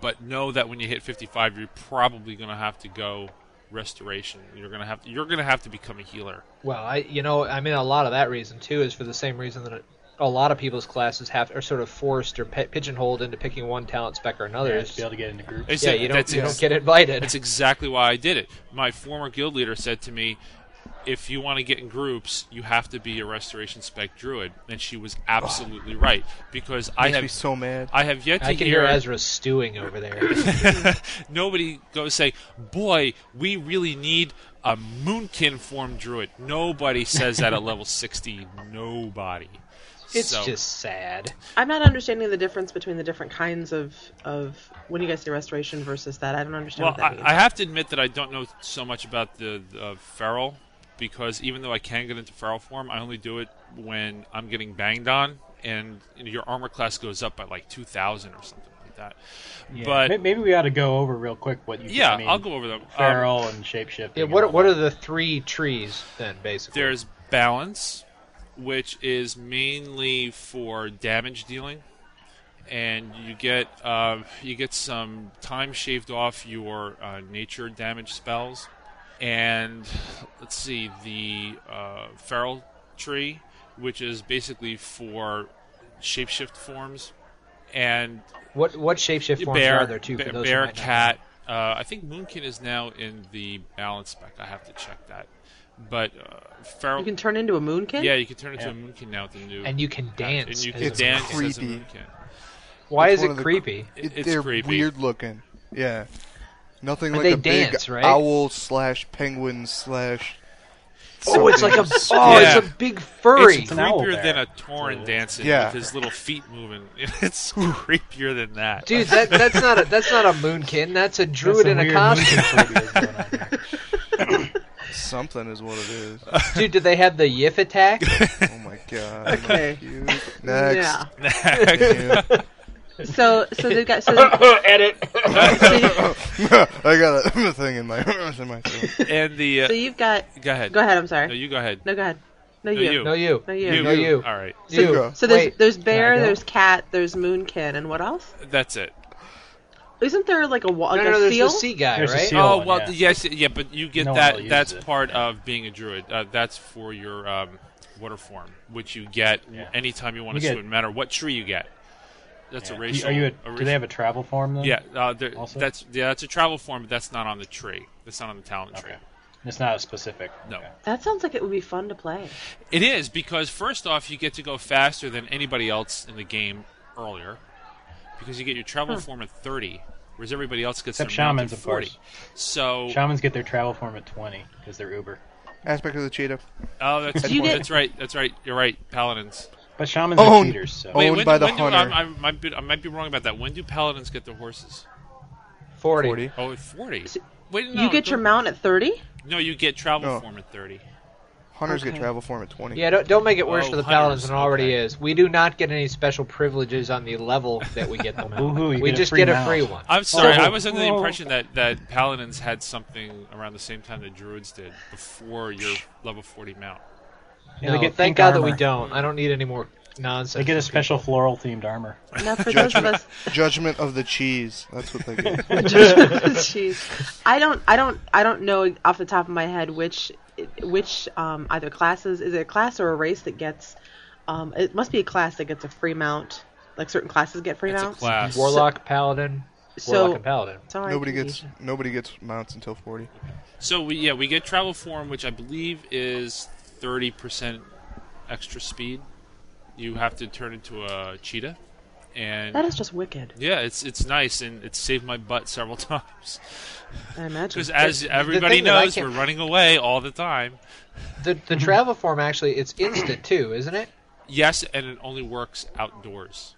Speaker 12: but know that when you hit 55 you're probably going to have to go restoration you're going to have to you're going to have to become a healer
Speaker 5: Well, I you know I mean a lot of that reason too is for the same reason that a lot of people's classes have are sort of forced or pe- pigeonholed into picking one talent spec or another.
Speaker 6: Yeah,
Speaker 5: It's-
Speaker 6: to be able to get into groups.
Speaker 12: It's-
Speaker 5: yeah, you don't
Speaker 12: that's
Speaker 5: you
Speaker 12: ex-
Speaker 5: don't get invited.
Speaker 12: that's exactly why i did it my former guild leader said to me if you want to get in groups you have to be a restoration spec druid and she was absolutely right because i
Speaker 2: Makes
Speaker 12: have
Speaker 2: me so mad.
Speaker 12: i have yet to
Speaker 5: I can hear Ezra stewing over there.
Speaker 12: nobody goes say, "Boy, we really need a moonkin form druid." Nobody says that at level sixty. Nobody.
Speaker 5: It's
Speaker 12: So-
Speaker 5: just sad.
Speaker 4: I'm not understanding the difference between the different kinds of of when you guys say restoration versus that. I don't understand
Speaker 12: Well,
Speaker 4: what that
Speaker 12: I,
Speaker 4: means.
Speaker 12: I have to admit that I don't know so much about the, the uh, feral because even though I can get into feral form, I only do it when I'm getting banged on, and you know, your armor class goes up by like two thousand or something like that.
Speaker 6: Yeah.
Speaker 12: But
Speaker 6: May- maybe we ought to go over real quick what you.
Speaker 12: yeah,
Speaker 6: I mean,
Speaker 12: I'll go over them. Um,
Speaker 6: Feral and shapeshift.
Speaker 5: Yeah, what what are the three trees then basically?
Speaker 12: There's balance, which is mainly for damage dealing, and you get uh, you get some time shaved off your uh, nature damage spells, and let's see the uh, feral tree, which is basically for shapeshift forms, and
Speaker 5: what what shapeshift forms
Speaker 12: bear,
Speaker 5: are there too?
Speaker 12: bear,
Speaker 5: for those who
Speaker 12: bear,
Speaker 5: might not know?
Speaker 12: cat. Uh, I think Moonkin is now in the balance spec. I have to check that, but uh, feral.
Speaker 4: you can turn into a moonkin.
Speaker 12: Yeah, you can turn into
Speaker 6: Yeah.
Speaker 12: a moonkin now with the new.
Speaker 5: And you can dance
Speaker 12: And you
Speaker 5: as
Speaker 12: can
Speaker 5: a
Speaker 12: dance
Speaker 2: moonkin.
Speaker 12: as a
Speaker 2: Creepy.
Speaker 12: moonkin.
Speaker 5: Why
Speaker 2: It's
Speaker 5: is
Speaker 2: one
Speaker 5: it
Speaker 2: of the-
Speaker 5: creepy?
Speaker 12: It- it's
Speaker 2: they're
Speaker 12: creepy.
Speaker 2: weird looking. Yeah. Nothing
Speaker 5: But
Speaker 2: like
Speaker 5: they
Speaker 2: a
Speaker 5: dance,
Speaker 2: big
Speaker 5: right?
Speaker 2: owl slash penguin slash.
Speaker 5: Oh, it's like a
Speaker 2: something.
Speaker 5: oh,
Speaker 12: Yeah.
Speaker 5: it's a big furry.
Speaker 12: It's
Speaker 6: an owl
Speaker 12: creepier
Speaker 6: bear.
Speaker 12: than a tauren dancing
Speaker 2: Yeah.
Speaker 12: with his little feet moving. It's creepier than that.
Speaker 5: Dude, that, that's not a that's not a moonkin. That's a druid in a costume.
Speaker 2: Something is what it is.
Speaker 5: Dude, do they have the yiff attack?
Speaker 2: Oh my god.
Speaker 4: Okay.
Speaker 2: Cute. Next.
Speaker 4: Yeah.
Speaker 2: Yeah.
Speaker 4: So so they've got so they-
Speaker 5: Edit.
Speaker 2: I got a thing in my in my throat.
Speaker 12: and the uh,
Speaker 4: so you've got.
Speaker 12: go ahead.
Speaker 4: Go ahead. I'm sorry.
Speaker 12: No, you go ahead.
Speaker 4: No, go ahead. No, you.
Speaker 5: No you.
Speaker 4: No you.
Speaker 5: No you.
Speaker 12: All right.
Speaker 4: So,
Speaker 5: You.
Speaker 4: so there's
Speaker 5: Wait.
Speaker 4: there's
Speaker 5: Can I
Speaker 4: bear,
Speaker 5: go?
Speaker 4: there's cat, there's moonkin, and what else?
Speaker 12: That's it.
Speaker 4: Isn't there like a wa- like
Speaker 5: no,
Speaker 4: a
Speaker 5: no, there's
Speaker 4: seal?
Speaker 5: the sea guy,
Speaker 6: There's a
Speaker 5: right?
Speaker 6: seal.
Speaker 12: oh
Speaker 6: one,
Speaker 12: well,
Speaker 6: yeah.
Speaker 12: yes, yeah, but you get
Speaker 6: No one really
Speaker 12: that. That's
Speaker 6: uses it.
Speaker 12: part of being a druid. Uh, that's for your um, water form, which you get
Speaker 6: Yeah.
Speaker 12: anytime you want
Speaker 6: You
Speaker 12: to
Speaker 6: get-
Speaker 12: swim, no matter what tree you get. That's
Speaker 6: Yeah.
Speaker 12: a
Speaker 6: Do-
Speaker 12: racial.
Speaker 6: Are you? A,
Speaker 12: a
Speaker 6: do they have a travel form though?
Speaker 12: Yeah, uh, there,
Speaker 6: Also?
Speaker 12: that's yeah, that's a travel form, but that's not on the tree. That's not on the talent tree.
Speaker 6: Okay. It's not a specific.
Speaker 12: No.
Speaker 6: Okay.
Speaker 4: That sounds like it would be fun to play.
Speaker 12: It is because first off, you get to go faster than anybody else in the game earlier, because you get your
Speaker 4: Hmm.
Speaker 12: travel form at thirty, whereas everybody else gets
Speaker 6: Except
Speaker 12: their mount
Speaker 6: shamans,
Speaker 12: at
Speaker 6: of
Speaker 12: forty.
Speaker 6: course.
Speaker 12: So
Speaker 6: Shamans get their travel form at twenty because they're uber.
Speaker 2: Aspect of the cheetah.
Speaker 12: oh, that's
Speaker 4: You get-
Speaker 12: that's right, that's right. You're right, paladins.
Speaker 6: But shamans
Speaker 2: Own-
Speaker 5: Oh,
Speaker 6: are cheaters. So
Speaker 2: own- Owned by the
Speaker 12: do,
Speaker 2: hunter.
Speaker 12: I, I, might be, I might be wrong about that. When do paladins get their horses?
Speaker 5: Forty.
Speaker 2: 40.
Speaker 12: Oh, at 40. Wait, no,
Speaker 4: you get your
Speaker 12: don't-
Speaker 4: mount at thirty.
Speaker 12: No, you get travel
Speaker 2: No.
Speaker 12: form at 30.
Speaker 2: Hunters
Speaker 4: Okay.
Speaker 2: get travel form at 20.
Speaker 5: Yeah, don't, don't make it worse
Speaker 12: Oh,
Speaker 5: for the
Speaker 12: hunters,
Speaker 5: paladins than it already
Speaker 12: okay.
Speaker 5: is. We do not get any special privileges on the level that we get them at.
Speaker 6: Woohoo, you
Speaker 5: we
Speaker 6: get a
Speaker 5: just
Speaker 6: free
Speaker 5: get a
Speaker 6: mount.
Speaker 5: free one.
Speaker 12: I'm sorry.
Speaker 6: Oh.
Speaker 12: I was under the
Speaker 6: Oh.
Speaker 12: impression that, that paladins had something around the same time that druids did before your level 40 mount.
Speaker 6: Yeah,
Speaker 5: no,
Speaker 6: they get
Speaker 5: thank
Speaker 6: pink
Speaker 5: God that we
Speaker 6: armor.
Speaker 5: don't. I don't need any more
Speaker 6: They
Speaker 5: nonsense.
Speaker 6: get a special floral themed armor.
Speaker 4: Now for those of us,
Speaker 2: Judgment of the cheese. That's what they get.
Speaker 4: Jeez. I don't, I don't, I don't know off the top of my head which, which um, either classes is it a class or a race that gets, um, it must be a class that gets a free mount. Like certain classes get free
Speaker 12: It's a
Speaker 4: mounts.
Speaker 12: class.
Speaker 5: Warlock, paladin,
Speaker 4: So-
Speaker 5: warlock, and paladin.
Speaker 4: Sorry,
Speaker 2: nobody gets
Speaker 4: confusion.
Speaker 2: nobody gets mounts until 40.
Speaker 12: So, we, yeah, we get travel form, which I believe is 30% extra speed. You have to turn into a cheetah. And
Speaker 4: That is just wicked.
Speaker 12: yeah, it's it's nice, and it's saved my butt several times.
Speaker 4: I imagine.
Speaker 12: Because as everybody
Speaker 5: thing that I
Speaker 12: knows, we're
Speaker 5: can't-
Speaker 12: running away all the time.
Speaker 5: The, the travel form actually, it's instant too, isn't it?
Speaker 12: Yes, and it only works outdoors.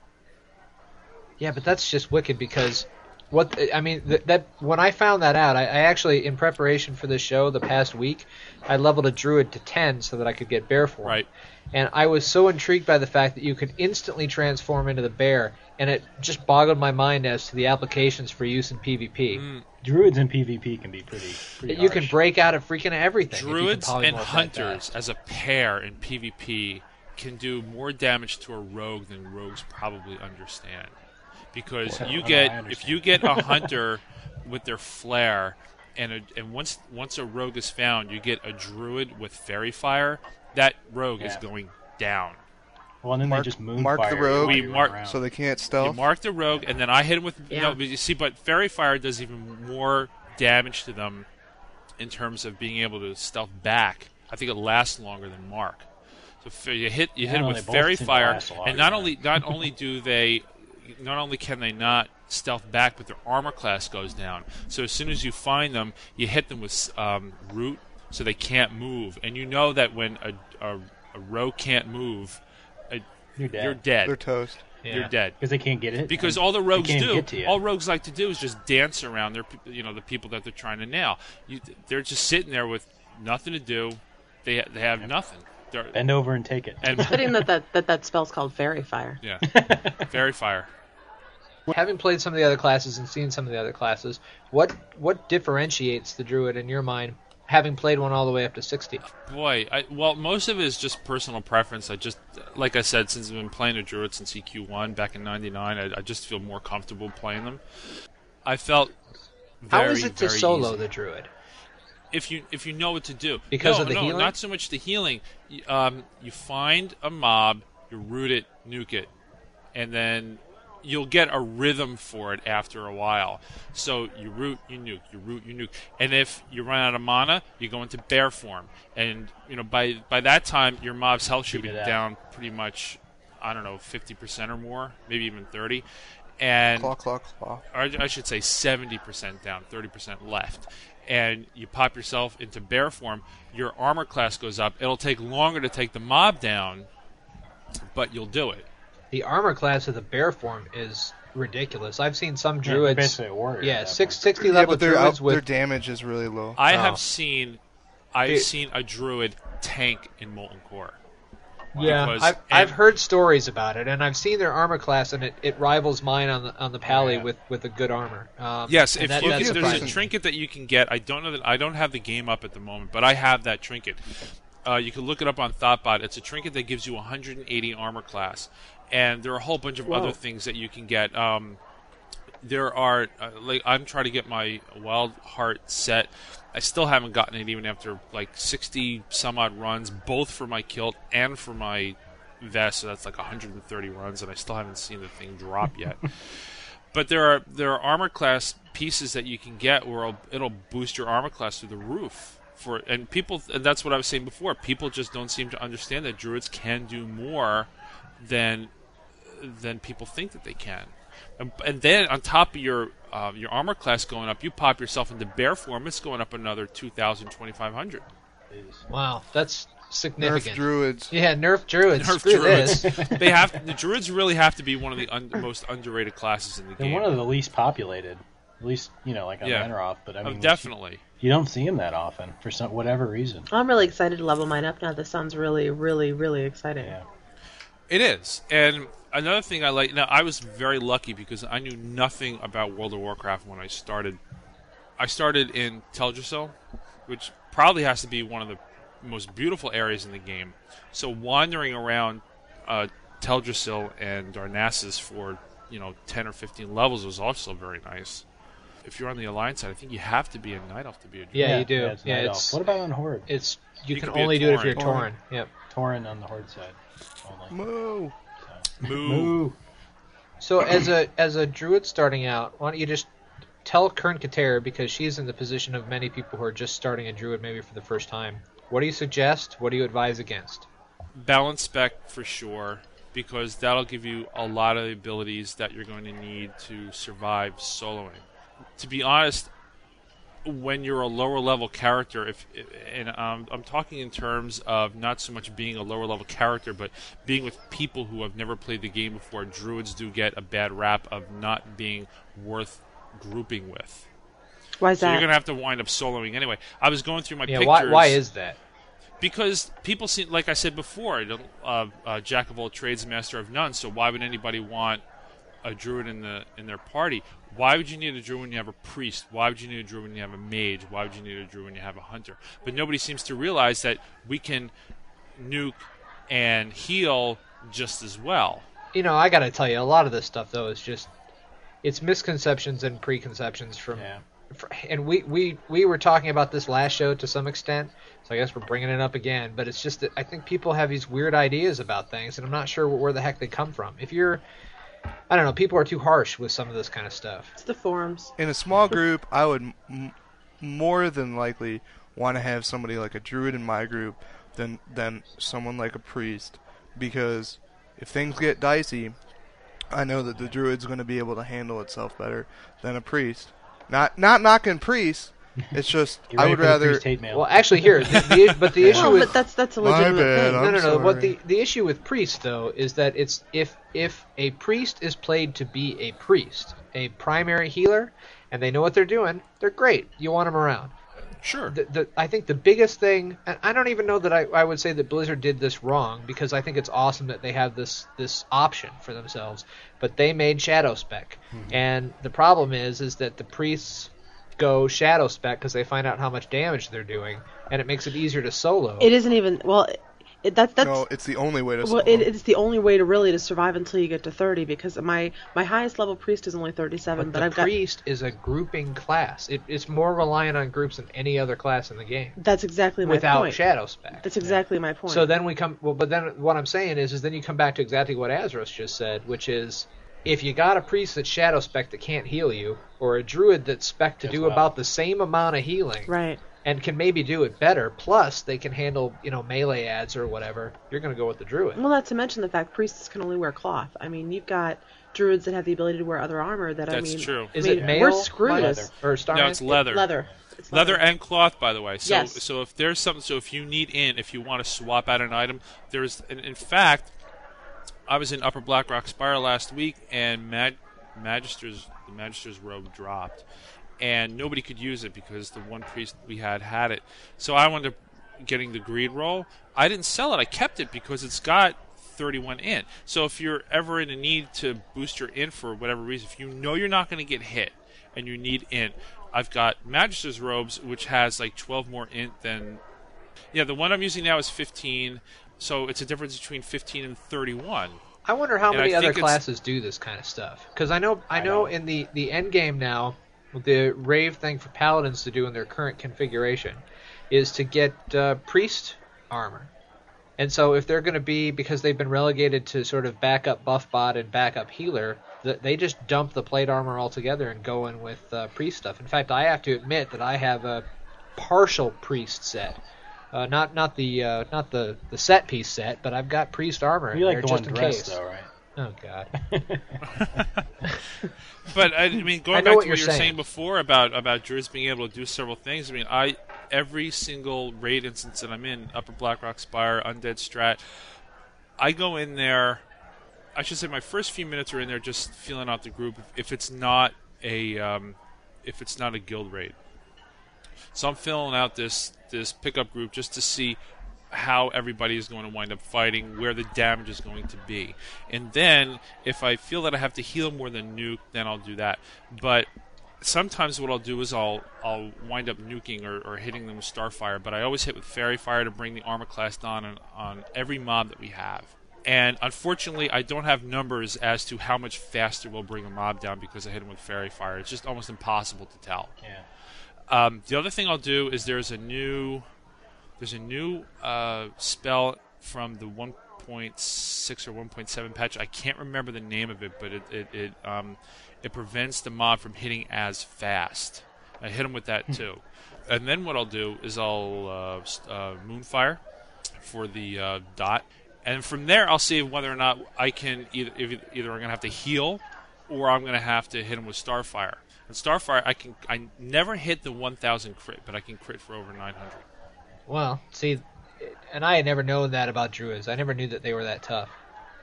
Speaker 5: Yeah, but that's just wicked because what I mean th- that when I found that out, I, I actually in preparation for this show the past week, I leveled a druid to ten so that I could get bear form.
Speaker 12: Right.
Speaker 5: And I was so intrigued by the fact that you could instantly transform into the bear, and it just boggled my mind as to the applications for use in PvP.
Speaker 12: Mm,
Speaker 6: Druids in PvP can be pretty. pretty
Speaker 5: You can
Speaker 6: harsh.
Speaker 5: break out of freaking everything. if you can
Speaker 12: Druids
Speaker 5: polymorph
Speaker 12: and
Speaker 5: that
Speaker 12: hunters,
Speaker 5: fast.
Speaker 12: as a pair in PvP, can do more damage to a rogue than rogues probably understand. Because
Speaker 6: Well,
Speaker 12: you
Speaker 6: no, I
Speaker 12: get if
Speaker 6: understand.
Speaker 12: you get a hunter with their flare, and a, and once once a rogue is found, you get a druid with fairy fire. That rogue is
Speaker 6: Yeah.
Speaker 12: going down.
Speaker 6: Well, and then
Speaker 2: Mark-
Speaker 6: they just moonfire.
Speaker 2: mark the
Speaker 6: you
Speaker 2: rogue.
Speaker 6: while
Speaker 12: We
Speaker 6: you're
Speaker 12: mark-
Speaker 6: around.
Speaker 2: So they can't stealth.
Speaker 12: You mark the rogue, and then I hit him with
Speaker 4: Yeah.
Speaker 12: no. But you see, but fairy fire does even more damage to them in terms of being able to stealth back. I think it lasts longer than mark. So fa- you hit you hit
Speaker 6: Yeah,
Speaker 12: him
Speaker 6: they
Speaker 12: with
Speaker 6: both
Speaker 12: fairy
Speaker 6: seem to
Speaker 12: fire,
Speaker 6: last a lot,
Speaker 12: and not
Speaker 6: yeah.
Speaker 12: only not only do they not only can they not stealth back, but their armor class goes down. So as soon as you find them, you hit them with um, root, so they can't move. And you know that when a a, a rogue can't move, a,
Speaker 6: You're dead.
Speaker 12: you're dead.
Speaker 2: They're toast.
Speaker 12: You're dead
Speaker 6: because they can't get it.
Speaker 12: because
Speaker 6: and
Speaker 12: all the
Speaker 6: they
Speaker 12: rogues
Speaker 6: can't
Speaker 12: do,
Speaker 6: Get to you.
Speaker 12: all rogues like to do is just dance around their, pe- you know, the people that they're trying to nail. You, they're just sitting there with nothing to do. They they have nothing. They're,
Speaker 6: Bend over and take it.
Speaker 12: and
Speaker 4: Fitting that that, that that spell's called fairy fire.
Speaker 12: yeah, fairy fire.
Speaker 5: Having played some of the other classes and seen some of the other classes, what what differentiates the druid in your mind? Having played one all the way up to sixty.
Speaker 12: Boy, I, well, most of it is just personal preference. I just, like I said, since I've been playing a druid since EQ1 back in '99, I, I just feel more comfortable playing them. I felt very,
Speaker 5: How is it to
Speaker 12: very
Speaker 5: solo
Speaker 12: easy.
Speaker 5: the druid?
Speaker 12: if you if you know what to do
Speaker 5: Because
Speaker 12: no,
Speaker 5: of the
Speaker 12: no,
Speaker 5: healing?
Speaker 12: not so much the healing. Y- Um, you find a mob, you root it, nuke it, and then you'll get a rhythm for it after a while. So you root, you nuke, you root, you nuke, and if you run out of mana, you go into bear form, and you know by by that time your mob's health should be
Speaker 6: Beat it out.
Speaker 12: down pretty much, I don't know, fifty percent or more, maybe even thirty, and
Speaker 2: Claw, claw, claw.
Speaker 12: or I I should say 70% down, 30% left, and you pop yourself into bear form, your armor class goes up. It'll take longer to take the mob down, but you'll do it.
Speaker 5: The armor class of the bear form is ridiculous. I've seen some
Speaker 6: Yeah,
Speaker 5: druids.
Speaker 6: basically a warrior.
Speaker 5: yeah,
Speaker 6: at that
Speaker 5: six,
Speaker 6: point.
Speaker 5: 60
Speaker 2: Yeah,
Speaker 5: level
Speaker 2: but their,
Speaker 5: druids
Speaker 2: out, their
Speaker 5: with
Speaker 2: damage is really low.
Speaker 12: I
Speaker 5: Oh.
Speaker 12: have seen, I've
Speaker 5: It-
Speaker 12: seen a druid tank in molten core.
Speaker 5: yeah.
Speaker 12: because-
Speaker 5: I've, I've
Speaker 12: and-
Speaker 5: heard stories about it, and I've seen their armor class, and it, it rivals mine on the on the pally
Speaker 6: Yeah.
Speaker 5: with with a good armor. Um,
Speaker 12: Yes,
Speaker 5: and
Speaker 12: if
Speaker 5: that-
Speaker 12: you,
Speaker 5: that's
Speaker 12: there's
Speaker 5: surprising.
Speaker 12: a trinket that you can get. I don't know that I don't have the game up at the moment, but I have that trinket. Uh, you can look it up on Thoughtbot. It's a trinket that gives you 180 armor class, and there are a whole bunch of
Speaker 13: Whoa.
Speaker 12: other things that you can get. Um, there are uh, like I'm trying to get my Wild Heart set. I still haven't gotten it even after like 60 some odd runs, both for my kilt and for my vest. So that's like 130 runs, and I still haven't seen the thing drop yet. but there are there are armor class pieces that you can get where it'll, it'll boost your armor class through the roof for and people and that's what I was saying before people just don't seem to understand that druids can do more than than people think that they can and, and then on top of your uh, your armor class going up you pop yourself into bear form it's going up another 2000 2500
Speaker 5: Wow, that's significant.
Speaker 2: druids.
Speaker 5: Yeah, nerf druids.
Speaker 12: Nerf
Speaker 5: Screw
Speaker 12: druids.
Speaker 5: this.
Speaker 12: they have the druids really have to be one of the un- most underrated classes in the
Speaker 6: They're
Speaker 12: game.
Speaker 6: one of the least populated. At least, you know, like on
Speaker 12: Yeah.
Speaker 6: Manoroth, but I
Speaker 12: Oh,
Speaker 6: mean,
Speaker 12: definitely.
Speaker 6: You don't see him that often for some whatever reason.
Speaker 4: I'm really excited to level mine up now. This sounds really, really, really exciting.
Speaker 12: It is. And another thing I like now I was very lucky because I knew nothing about World of Warcraft when I started. I started in Teldrassil, which probably has to be one of the most beautiful areas in the game. So wandering around uh, Teldrassil and Darnassus for you know ten or fifteen levels was also very nice. If you're on the Alliance side, I think you have to be a Night Elf to be a druid.
Speaker 5: Yeah, you do.
Speaker 6: it's
Speaker 5: Yeah,
Speaker 6: Night
Speaker 5: it's-
Speaker 6: Elf. What about on Horde?
Speaker 5: It's you,
Speaker 12: You
Speaker 5: can
Speaker 12: could be a
Speaker 5: only do it if you're a
Speaker 12: Tauren.
Speaker 5: Torn. Yep.
Speaker 6: Torrent on the Horde side.
Speaker 2: Moo.
Speaker 12: Moo.
Speaker 5: So as a as a druid starting out, why don't you just tell Kern Katera because she's in the position of many people who are just starting a druid maybe for the first time. What do you suggest? What do you advise against?
Speaker 12: balance spec for sure because that'll give you a lot of the abilities that you're going to need to survive soloing. To be honest, when you're a lower level character, if and um, I'm talking in terms of not so much being a lower level character, but being with people who have never played the game before, druids do get a bad rap of not being worth grouping with.
Speaker 4: Why is
Speaker 12: so
Speaker 4: that?
Speaker 12: you're gonna have to wind up soloing anyway. I was going through my
Speaker 5: yeah,
Speaker 12: pictures
Speaker 5: why why is that?
Speaker 12: because people seem like I said before, it- uh, uh, jack of all trades, master of none. So why would anybody want a druid in the in their party? Why would you need a druid when you have a priest? Why would you need a druid when you have a mage? Why would you need a druid when you have a hunter? But nobody seems to realize that we can nuke and heal just as well.
Speaker 5: You know, I gotta tell you, a lot of this stuff though is just it's misconceptions and preconceptions from. fr- And we, we, we were talking about this last show to some extent, so I guess we're bringing it up again. But it's just that I think people have these weird ideas about things, and I'm not sure where the heck they come from. If you're, I don't know, people are too harsh with some of this kind of stuff.
Speaker 4: It's the forums.
Speaker 2: In a small group, I would m- m- more than likely want to have somebody like a druid in my group than than someone like a priest because if things get dicey, I know that the druid's going to be able to handle itself better than a priest. Not not knocking priests. It's just
Speaker 6: You
Speaker 2: I
Speaker 6: ready
Speaker 2: would
Speaker 6: for the
Speaker 2: rather
Speaker 6: priest hate mail?
Speaker 5: Well, actually, here, the, the, but the
Speaker 2: Yeah.
Speaker 5: issue
Speaker 2: Well,
Speaker 5: with
Speaker 2: but that's- that's a My legitimate bad, thing.
Speaker 5: No, no,
Speaker 2: I'm
Speaker 5: no. What
Speaker 2: sorry.
Speaker 5: the the issue with priest though is that it's if if a priest is played to be a priest, a primary healer, and they know what they're doing, they're great. You want them around.
Speaker 12: Sure.
Speaker 5: The, the, I think the biggest thing, and I don't even know that I, I would say that Blizzard did this wrong because I think it's awesome that they have this this option for themselves. But they made shadow spec, and the problem is is that the priests go shadow spec because they find out how much damage they're doing, and it makes it easier to solo.
Speaker 4: It isn't even well. It, that that's
Speaker 2: No, it's the only way to
Speaker 4: well,
Speaker 2: solve
Speaker 4: it,
Speaker 2: it.
Speaker 4: it's the only way to really to survive until you get to 30 because my my highest level priest is only 37, but,
Speaker 5: the
Speaker 4: I've got
Speaker 5: priest is a grouping class. It, it's more reliant on groups than any other class in the game.
Speaker 4: that's exactly my
Speaker 5: without
Speaker 4: point.
Speaker 5: shadow spec.
Speaker 4: That's exactly my point.
Speaker 5: So then we come. Well, but then what I'm saying is, is then you come back to exactly what Azros just said, which is, if you got a priest that's shadow spec that can't heal you, or a druid that's spec to do
Speaker 4: well.
Speaker 5: about the same amount of healing,
Speaker 4: right?
Speaker 5: and can maybe do it better, plus they can handle you know melee ads or whatever, you're gonna go with the druid.
Speaker 4: Well, not to mention the fact priests can only wear cloth. I mean, you've got druids that have the ability to wear other armor. That I
Speaker 12: That's
Speaker 4: mean,
Speaker 12: true.
Speaker 5: Is
Speaker 4: I mean,
Speaker 5: it male?
Speaker 4: We're screwed.
Speaker 5: leather, or star?
Speaker 12: No, it's leather.
Speaker 4: Leather. It's
Speaker 12: leather. and cloth, by the way. So,
Speaker 4: Yes.
Speaker 12: so if there's something, so if you need in, if you want to swap out an item, there's. In, in fact, I was in Upper Blackrock Spire last week, and Mag- Magister's the Magister's robe dropped, and nobody could use it because the one priest we had had it. So I wound up getting the greed roll. I didn't sell it. I kept it because it's got 31 in. So if you're ever in a need to boost your in for whatever reason, if you know you're not going to get hit and you need in, I've got Magister's robes, which has like 12 more int than Yeah, the one I'm using now is 15, so it's a difference between 15 and 31.
Speaker 5: I wonder how
Speaker 12: And I
Speaker 5: many
Speaker 12: think
Speaker 5: other
Speaker 12: it's-
Speaker 5: classes do this kind of stuff. Because I know, I know, in the the end game now, the rave thing for paladins to do in their current configuration is to get uh, priest armor. And so if they're going to be because they've been relegated to sort of backup buff bot and backup healer, th- they just dump the plate armor altogether and go in with uh, priest stuff. In fact, I have to admit that I have a partial priest set. Uh, not not the uh, not the, the set piece set, but I've got priest armor. in
Speaker 6: You like
Speaker 5: there
Speaker 6: the
Speaker 5: just
Speaker 6: one
Speaker 5: in
Speaker 6: dress,
Speaker 5: case.
Speaker 6: though, right?
Speaker 5: Oh God.
Speaker 12: But I, I mean,
Speaker 5: I know
Speaker 12: going back
Speaker 5: what
Speaker 12: to what you
Speaker 5: you're
Speaker 12: were
Speaker 5: saying.
Speaker 12: saying before about about Druids being able to do several things. I mean, I every single raid instance that I'm in, Upper Blackrock Spire, Undead Strat, I go in there. I should say my first few minutes are in there just feeling out the group. If it's not a um, if it's not a guild raid, so I'm filling out this this pickup group just to see how everybody is going to wind up fighting, where the damage is going to be, and then if I feel that I have to heal more than nuke, then I'll do that. But sometimes what I'll do is I'll I'll wind up nuking or, or hitting them with starfire, but I always hit with fairy fire to bring the armor class down on, on every mob that we have. And unfortunately, I don't have numbers as to how much faster we'll bring a mob down because I hit them with fairy fire. It's just almost impossible to tell.
Speaker 6: Yeah.
Speaker 12: Um, the other thing I'll do is there's a new there's a new uh, spell from the 1.6 or 1.7 patch. I can't remember the name of it, but it it it, um, it prevents the mob from hitting as fast. I hit him with that too, and then what I'll do is I'll uh, s- uh, moonfire for the uh, dot, and from there I'll see whether or not I can either if, e-, either I'm gonna have to heal or I'm gonna have to hit him with starfire. And starfire, I can I never hit the 1,000 crit, but I can crit for over 900.
Speaker 5: Well, see, and I had never known that about druids. I never knew that they were that tough.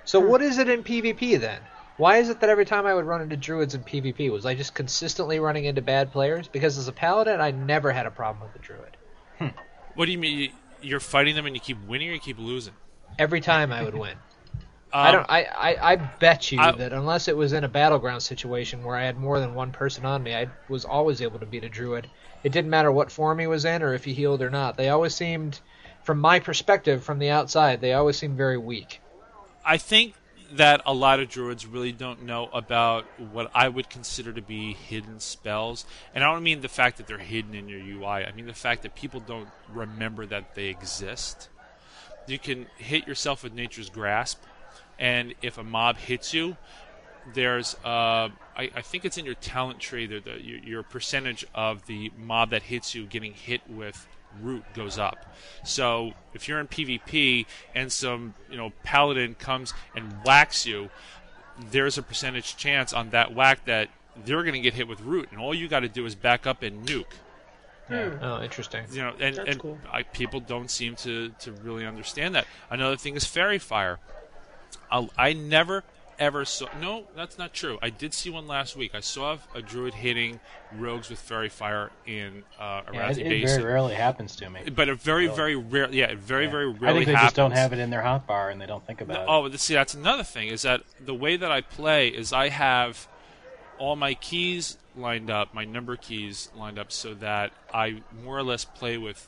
Speaker 5: So what is it in PvP then? Why is it that every time I would run into druids in PvP was I just consistently running into bad players? Because as a paladin, I never had a problem with a druid.
Speaker 12: What do you mean? you- You're fighting them and you keep winning or you keep losing?
Speaker 5: Every time I would win. I don't. I, I, I bet you
Speaker 12: Um, I-
Speaker 5: that unless it was in a battleground situation where I had more than one person on me, I was always able to beat a druid. It didn't matter what form he was in or if he healed or not. They always seemed, from my perspective, from the outside, they always seemed very weak.
Speaker 12: I think that a lot of druids really don't know about what I would consider to be hidden spells. And I don't mean the fact that they're hidden in your UI. I mean the fact that people don't remember that they exist. You can hit yourself with nature's grasp, and if a mob hits you, there's uh, I, I think it's in your talent tree that the, your, your percentage of the mob that hits you getting hit with root goes up. So if you're in PvP and some you know paladin comes and whacks you, there's a percentage chance on that whack that they're going to get hit with root, and all you got to do is back up and nuke.
Speaker 5: Oh, interesting.
Speaker 12: You know, and, and I, people don't seem to, to really understand that. Another thing is fairy fire. I'll, I never ever saw. No, that's not true. I did see one last week. I saw a druid hitting rogues with fairy fire in uh, Arathi
Speaker 6: Yeah, it, it
Speaker 12: Basin.
Speaker 6: very rarely happens to me.
Speaker 12: But it very,
Speaker 6: Really.
Speaker 12: very rare. Yeah, it very, very rarely.
Speaker 6: I think they just don't
Speaker 12: happens.
Speaker 6: have it in their hotbar and they don't think about it.
Speaker 12: Oh, but see, that's another thing is that the way that I play is I have all my keys lined up, my number keys lined up, so that I more or less play with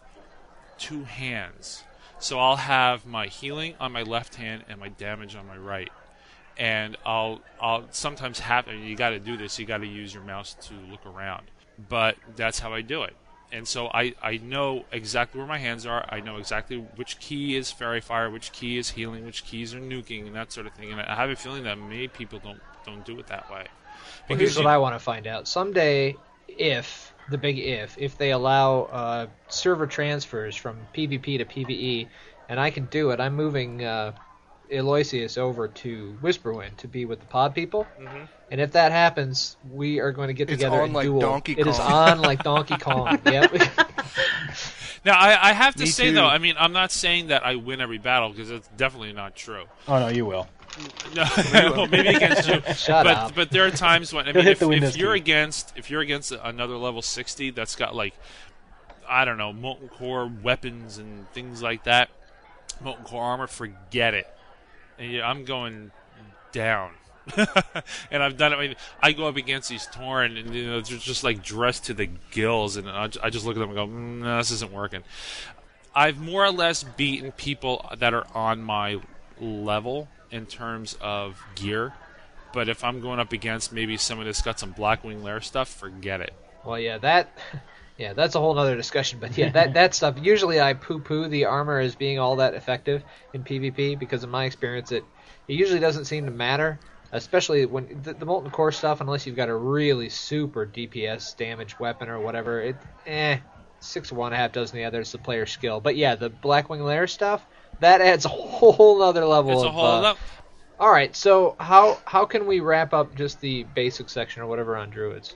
Speaker 12: two hands. So I'll have my healing on my left hand and my damage on my right. And I'll I'll sometimes have and you got to do this. You got to use your mouse to look around, but that's how I do it. And so I, I know exactly where my hands are. I know exactly which key is fairy fire, which key is healing, which keys are nuking, and that sort of thing. And I have a feeling that many people don't don't do it that way.
Speaker 5: Well, here's
Speaker 12: you-
Speaker 5: what I want to find out. Someday, if the big if, if they allow uh, server transfers from PvP to PvE, and I can do it, I'm moving uh, Eloisius over to Whisperwind to be with the pod people.
Speaker 2: Mhm.
Speaker 5: And if that happens, we are going to get
Speaker 2: It's
Speaker 5: together
Speaker 2: on
Speaker 5: and
Speaker 2: like
Speaker 5: duel.
Speaker 2: Donkey
Speaker 5: It is
Speaker 2: Kong.
Speaker 5: on like Donkey Kong. Yep.
Speaker 12: Now I, I have to
Speaker 5: Me
Speaker 12: say
Speaker 5: too.
Speaker 12: though, I mean I'm not saying that I win every battle because that's definitely not true.
Speaker 6: Oh no, you will.
Speaker 12: No, well, maybe against you.
Speaker 6: Shut
Speaker 12: but
Speaker 6: up.
Speaker 12: but there are times when I
Speaker 6: He'll
Speaker 12: mean,
Speaker 6: hit
Speaker 12: if,
Speaker 6: the
Speaker 12: if
Speaker 6: Windows
Speaker 12: you're
Speaker 6: key.
Speaker 12: against if you're against another level 60 that's got like I don't know molten core weapons and things like that, molten core armor, forget it. And, yeah, I'm going down. and I've done it. I, mean, I go up against these Torn, and you know, they're just like dressed to the gills, and I, ju- I just look at them and go, mm, "No, this isn't working." I've more or less beaten people that are on my level in terms of gear. But if I'm going up against maybe someone that's got some Blackwing Lair stuff, forget it.
Speaker 5: Well, yeah, that, yeah, that's a whole other discussion. But yeah, that that stuff. Usually, I poo-poo the armor as being all that effective in PvP because, in my experience, it it usually doesn't seem to matter. Especially when the, the molten core stuff, unless you've got a really super DPS damage weapon or whatever, it eh, six of one half dozen of the other. It's the player skill. But yeah, the Blackwing Lair stuff that adds a whole other level.
Speaker 12: It's
Speaker 5: of,
Speaker 12: a whole
Speaker 5: uh,
Speaker 12: lot.
Speaker 5: All right, so how how can we wrap up just the basic section or whatever on druids?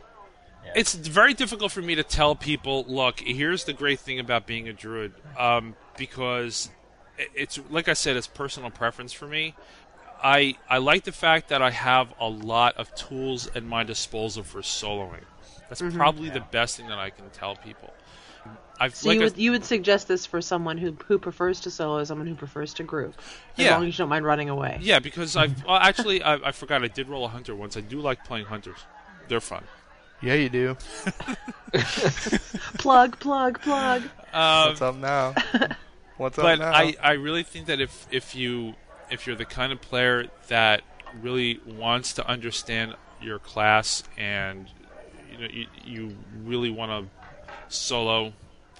Speaker 12: It's very difficult for me to tell people, look, here's the great thing about being a druid, um, because i- it's like I said, it's personal preference for me. I I like the fact that I have a lot of tools at my disposal for soloing. That's
Speaker 4: Mhm.
Speaker 12: probably the best thing that I can tell people. I've
Speaker 4: So
Speaker 12: like
Speaker 4: you
Speaker 12: I-
Speaker 4: would you would suggest this for someone who who prefers to solo, someone who prefers to group, as
Speaker 12: Yeah.
Speaker 4: long as you don't mind running away.
Speaker 12: Yeah, because I've well, actually I, I forgot I did roll a hunter once. I do like playing hunters; they're fun.
Speaker 2: Yeah, you do.
Speaker 4: Plug, plug, plug.
Speaker 12: Um,
Speaker 2: What's up now? What's up
Speaker 12: but
Speaker 2: now?
Speaker 12: I, I really think that if if you if you're the kind of player that really wants to understand your class and you know you, you really want to solo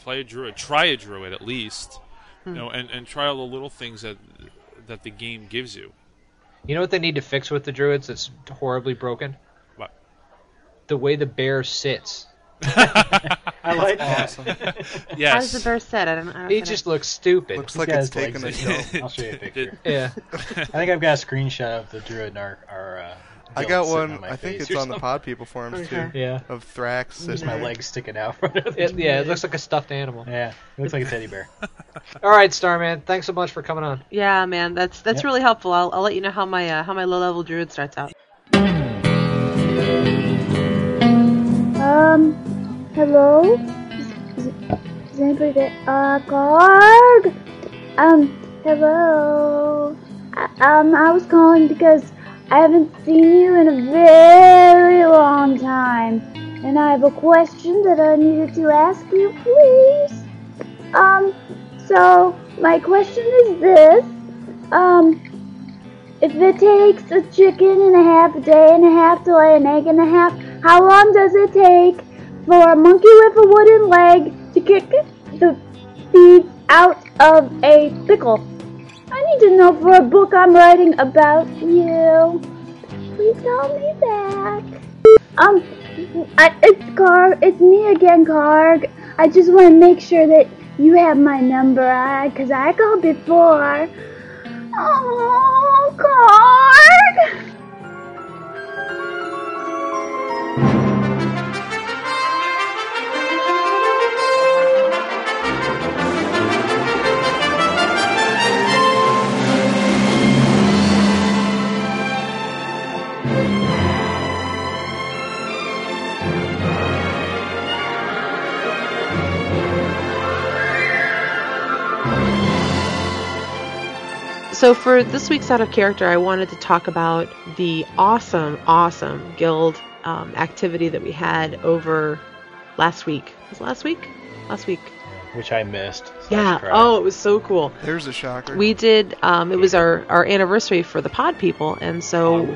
Speaker 12: play a druid, try a druid at least, you
Speaker 5: Hmm.
Speaker 12: know, and, and try all the little things that that the game gives you.
Speaker 5: You know what they need to fix with the druids that's horribly broken?
Speaker 12: What?
Speaker 5: The way the bear sits.
Speaker 12: I
Speaker 5: like
Speaker 12: That's that. awesome. Yes.
Speaker 4: How's the bear set? I don't, I don't
Speaker 5: He
Speaker 4: get
Speaker 5: just
Speaker 4: it.
Speaker 5: looks stupid.
Speaker 2: Looks
Speaker 6: He's
Speaker 2: like
Speaker 6: got
Speaker 2: it's
Speaker 6: his legs
Speaker 2: taking a
Speaker 6: in.
Speaker 2: show.
Speaker 6: I'll show you a picture.
Speaker 5: Yeah.
Speaker 6: I think I've got a screenshot of the druid and our. our uh,
Speaker 2: I
Speaker 6: guild
Speaker 2: got
Speaker 6: sitting
Speaker 2: one.
Speaker 6: on my
Speaker 2: I think
Speaker 6: face
Speaker 2: it's
Speaker 6: or
Speaker 2: on the
Speaker 6: something.
Speaker 2: Pod People forums too.
Speaker 4: Okay.
Speaker 6: Yeah.
Speaker 2: Of Thrax.
Speaker 6: Just my
Speaker 2: sitting-
Speaker 6: legs sticking out from it.
Speaker 5: It- Mm-hmm. yeah, it looks like a stuffed animal.
Speaker 6: Yeah, it looks like a teddy bear.
Speaker 5: All right, Starman. Thanks so much for coming on.
Speaker 4: Yeah, man, that's that's
Speaker 5: Yep.
Speaker 4: really helpful. I'll, I'll let you know how my uh, how my low level druid starts out.
Speaker 13: Um, hello? Is, is, is anybody there? Uh, Garg? Um, hello? I, um, I was calling because I haven't seen you in a very long time. And I have a question that I needed to ask you, please. Um, so, my question is this. Um, if it takes a chicken and a half, a day and a half to lay an egg and a half, how long does it take for a monkey with a wooden leg to kick the seeds out of a pickle? I need to know for a book I'm writing about you. Please tell me that. Um, I, it's Carg. It's me again, Carg. I just want to make sure that you have my number, I, cause I called before. Oh, Carg.
Speaker 4: So for this week's out of character, I wanted to talk about the awesome, awesome guild um, activity that we had over last week. Was it last week? Last week.
Speaker 6: Which I missed.
Speaker 4: yeah. Oh, it was so cool.
Speaker 2: There's a shocker.
Speaker 4: We did. Um, it was our, our anniversary for the Pod People, and
Speaker 5: Oh,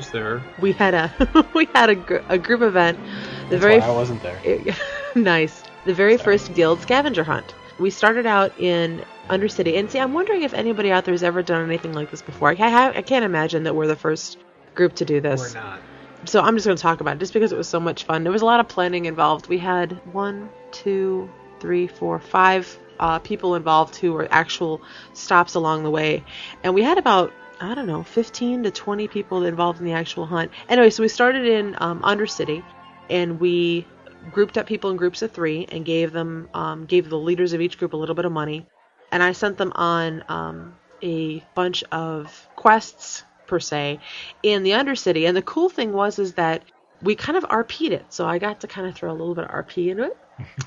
Speaker 4: so
Speaker 5: there.
Speaker 4: we had a we had a, gr- a group event. The
Speaker 6: That's
Speaker 4: very
Speaker 6: why I wasn't there.
Speaker 4: it- nice. The very first guild scavenger hunt. We started out in Undercity, and see, I'm wondering if anybody out there has ever done anything like this before. I, ha- I can't imagine that we're the first group to do this.
Speaker 5: We're not.
Speaker 4: So I'm just going to talk about it, just because it was so much fun. There was a lot of planning involved. We had one, two, three, four, five uh, people involved who were actual stops along the way, and we had about I don't know, 15 to 20 people involved in the actual hunt. Anyway, so we started in um, Undercity, and we grouped up people in groups of three and gave them um, gave the leaders of each group a little bit of money and i sent them on um, a bunch of quests per se in the undercity and the cool thing was is that we kind of rp'd it so i got to kind of throw a little bit of rp into it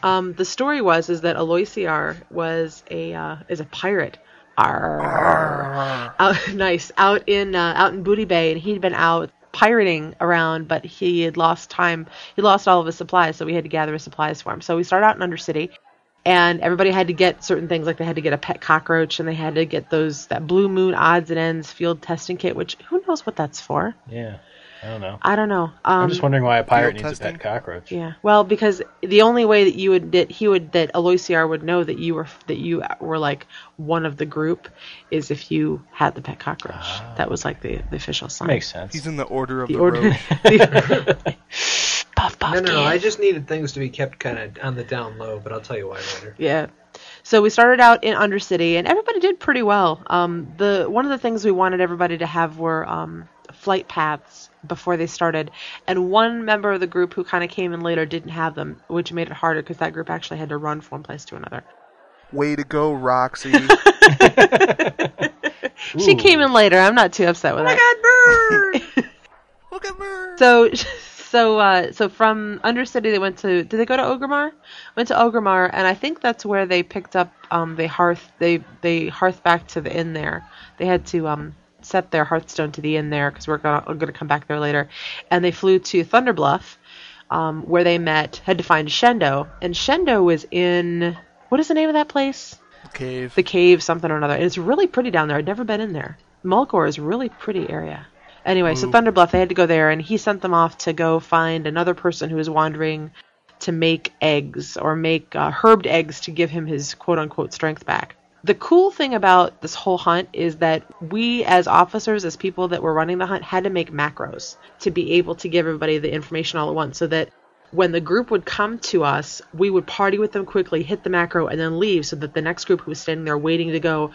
Speaker 4: um, the story was is that Aloysiar was a uh, is a pirate out, nice out in uh, out in Booty Bay, and he'd been out pirating around, but he had lost time. He lost all of his supplies, so we had to gather his supplies for him. So we start out in Undercity, and everybody had to get certain things like they had to get a pet cockroach and they had to get those that blue moon odds and ends field testing kit which who knows what that's for
Speaker 6: Yeah. I don't know.
Speaker 4: i don't know um,
Speaker 6: I'm just wondering why a pirate needs a pet cockroach.
Speaker 4: yeah well because the only way that you would that he would that aloysiar would know that you were that you were like one of the group is if you had the pet cockroach that was like the, the official sign
Speaker 6: Ah. Makes sense.
Speaker 2: He's in the order of
Speaker 4: The
Speaker 2: the,
Speaker 4: order-
Speaker 2: roach.
Speaker 4: puff puff
Speaker 5: No, no, no.
Speaker 4: kiss.
Speaker 5: I just needed things to be kept kind of on the down low, but I'll tell you why later.
Speaker 4: Yeah. So we started out in Undercity, and everybody did pretty well. Um, the one of the things we wanted everybody to have were um, flight paths before they started, and one member of the group who kind of came in later didn't have them, which made it harder because that group actually had to run from one place to another.
Speaker 2: Way to go, Roxy.
Speaker 4: She came in later. I'm not too upset with that. So, so, uh, so from Undercity, they went to. Did they go to Ogremar? Went to Ogremar, and I think that's where they picked up. Um, they hearth. They they hearth back to the inn there. They had to um set their hearthstone to the inn there because we're gonna we're gonna come back there later, and they flew to Thunderbluff, um, where they met. Had to find Shendo, and Shendo was in. What is the name of that place?
Speaker 2: Cave.
Speaker 4: The cave, something or another. And it's really pretty down there. I'd never been in there. Mulgore is a really pretty area. Anyway, so
Speaker 14: Ooh.
Speaker 4: Thunderbluff, they had to go there, and he sent them off to go find another person who was wandering to make eggs or make uh, herbed eggs to give him his quote unquote strength back. The cool thing about this whole hunt is that we, as officers, as people that were running the hunt, had to make macros to be able to give everybody the information all at once so that when the group would come to us, we would party with them quickly, hit the macro, and then leave so that the next group who was standing there waiting to go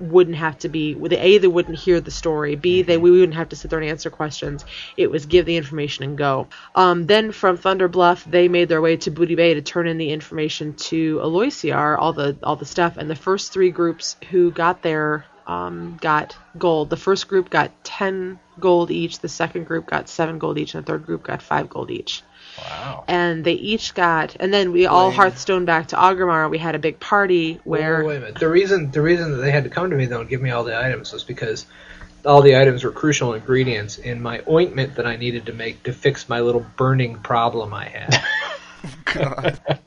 Speaker 4: wouldn't have to be they a they wouldn't hear the story b
Speaker 5: Mm-hmm.
Speaker 4: they we wouldn't have to sit there and answer questions it was give the information and go um, then from thunder bluff they made their way to booty bay to turn in the information to aloysiar all the all the stuff and the first three groups who got there um, got gold the first group got 10 gold each the second group got 7 gold each and the third group got 5 gold each
Speaker 5: Wow.
Speaker 4: and they each got and then we all
Speaker 5: Blaine.
Speaker 4: hearthstone back to Agrimar. we had a big party where
Speaker 5: Wait, wait a minute. The reason the reason that they had to come to me though and give me all the items was because all the items were crucial ingredients in my ointment that I needed to make to fix my little burning problem I had.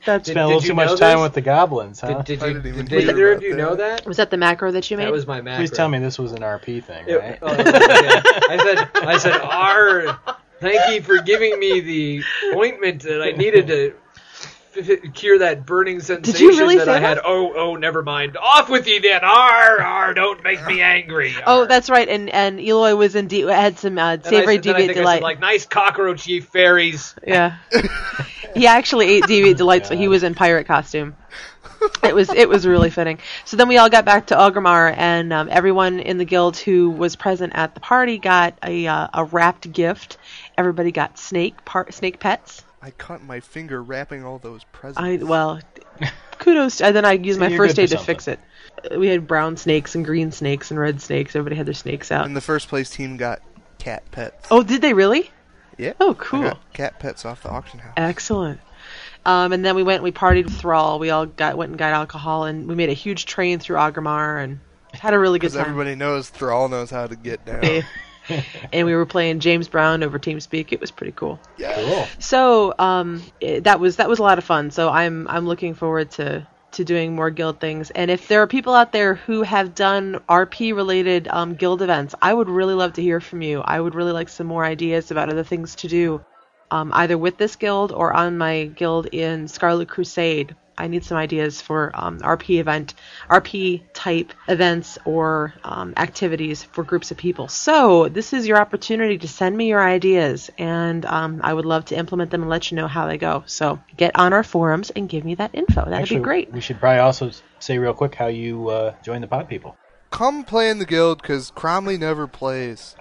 Speaker 4: That's
Speaker 6: Spent a little
Speaker 5: did
Speaker 6: too
Speaker 5: you
Speaker 6: much
Speaker 5: know
Speaker 6: time
Speaker 5: this?
Speaker 6: with the goblins, huh?
Speaker 5: Did, did you, did either of you know that?
Speaker 4: Was that the macro that you made?
Speaker 5: That was my macro.
Speaker 6: Please tell me this was an RP thing,
Speaker 5: It-
Speaker 6: right?
Speaker 5: oh, yeah. I said, I said, R. Thank you for giving me the ointment that I needed to f- f- cure that burning sensation
Speaker 4: really
Speaker 5: that
Speaker 4: say
Speaker 5: I had.
Speaker 4: that?
Speaker 5: Oh, oh, never mind. Off with you then. R, R. Don't make me angry.
Speaker 4: Oh, that's right. And and Eloy was in de- had some uh,
Speaker 5: Then I
Speaker 4: savory
Speaker 5: said- then
Speaker 4: deviant
Speaker 5: I think I said,
Speaker 4: delight.
Speaker 5: like nice cockroach, ye fairies.
Speaker 4: yeah, he actually ate deviant delight, so he was in pirate costume. It was it was really fitting. So then we all got back to Ogrimmar, and um, everyone in the guild who was present at the party got a uh, a wrapped gift. Everybody got snake par- snake pets.
Speaker 2: I cut my finger wrapping all those presents.
Speaker 4: I well, kudos. To, and then I used
Speaker 2: See,
Speaker 4: my
Speaker 2: you're
Speaker 4: first
Speaker 2: good
Speaker 4: aid
Speaker 2: for
Speaker 4: to fix it. Uh, We had brown snakes and green snakes and red snakes. Everybody had their snakes out.
Speaker 2: And the first place team got cat pets.
Speaker 4: Oh, did they really?
Speaker 2: Yeah.
Speaker 4: Oh,
Speaker 2: I got
Speaker 4: cool.
Speaker 2: cat pets off the auction house.
Speaker 4: Excellent. Um, and then we went and we partied with Thrall. We all got went and got alcohol, and we made a huge train through Agrimar and had a really good
Speaker 2: Because
Speaker 4: time.
Speaker 2: everybody knows Thrall knows how to get down.
Speaker 4: and we were playing James Brown over TeamSpeak. It was pretty cool.
Speaker 2: Yeah. Cool.
Speaker 4: So um, it, that was that was a lot of fun. So I'm I'm looking forward to to doing more guild things. And if there are people out there who have done RP related um, guild events, I would really love to hear from you. I would really like some more ideas about other things to do, um, either with this guild or on my guild in Scarlet Crusade. I need some ideas for um, RP event, RP type events or um, activities for groups of people. So this is your opportunity to send me your ideas, and um, I would love to implement them and let you know how they go. So get on our forums and give me that info. That'd
Speaker 6: Actually,
Speaker 4: be great.
Speaker 6: We should probably also s- say real quick how you uh, join the pod people.
Speaker 2: Come play in the guild because Cromley never plays.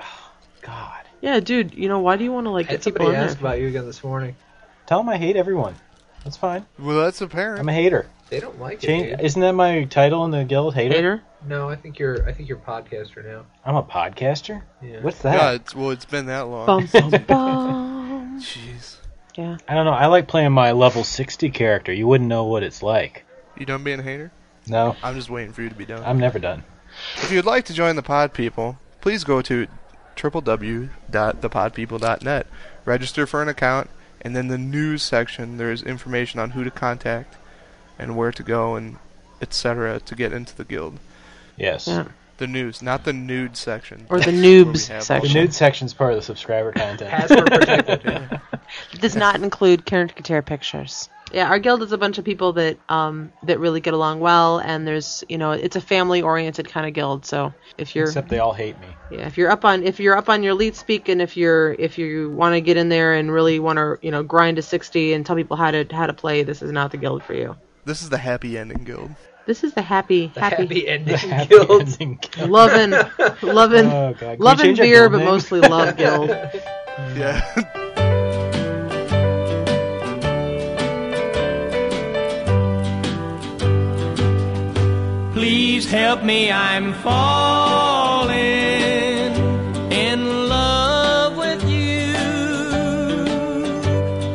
Speaker 4: Yeah, dude. You know why do you want to like get people in
Speaker 5: Somebody
Speaker 4: there?
Speaker 5: asked about you again this morning.
Speaker 6: Tell them I hate everyone. That's fine.
Speaker 2: Well, that's apparent.
Speaker 6: I'm a hater.
Speaker 5: They don't like
Speaker 6: Change,
Speaker 5: it. Dude.
Speaker 6: isn't that my title in the guild? Hater.
Speaker 5: No, I think you're. I think you're a podcaster now.
Speaker 6: I'm a podcaster.
Speaker 5: Yeah.
Speaker 6: What's
Speaker 2: Yeah,
Speaker 6: that?
Speaker 2: it's, well, it's been that long.
Speaker 6: Bum, bum,
Speaker 2: Jeez.
Speaker 4: Yeah.
Speaker 6: I don't know. I like playing my level 60 character. You wouldn't know what it's like.
Speaker 2: You done being a hater?
Speaker 6: No,
Speaker 2: I'm just waiting for you to be done.
Speaker 6: I'm never done.
Speaker 2: If you'd like to join the pod people, please go to www.thepodpeople.net, register for an account, and then the news section, there is information on who to contact and where to go and etc. to get into the guild.
Speaker 6: Yes. Yeah.
Speaker 2: The news, not the nude section.
Speaker 4: Or the
Speaker 2: That's where we
Speaker 4: noobs
Speaker 2: have all
Speaker 4: section.
Speaker 6: The nude section's part of the subscriber content.
Speaker 4: It does not include caricature pictures. Yeah, our guild is a bunch of people that um, that really get along well, and there's you know it's a family oriented kind of guild. So if you're
Speaker 6: Except they all hate me.
Speaker 4: yeah if you're up on if you're up on your lead speak, and if you're if you want to get in there and really want to you know grind to sixty and tell people how to how to play, this is not the guild for you.
Speaker 2: This is the happy ending guild.
Speaker 4: This is the happy happy,
Speaker 5: happy ending
Speaker 6: Happy
Speaker 5: guild.
Speaker 6: ending.
Speaker 4: loving loving
Speaker 6: Oh, God. Can we
Speaker 4: loving
Speaker 6: change our
Speaker 4: beer,
Speaker 6: guild
Speaker 4: but
Speaker 6: name?
Speaker 4: mostly love guild.
Speaker 2: Yeah.
Speaker 14: Please help me, I'm falling in love with you.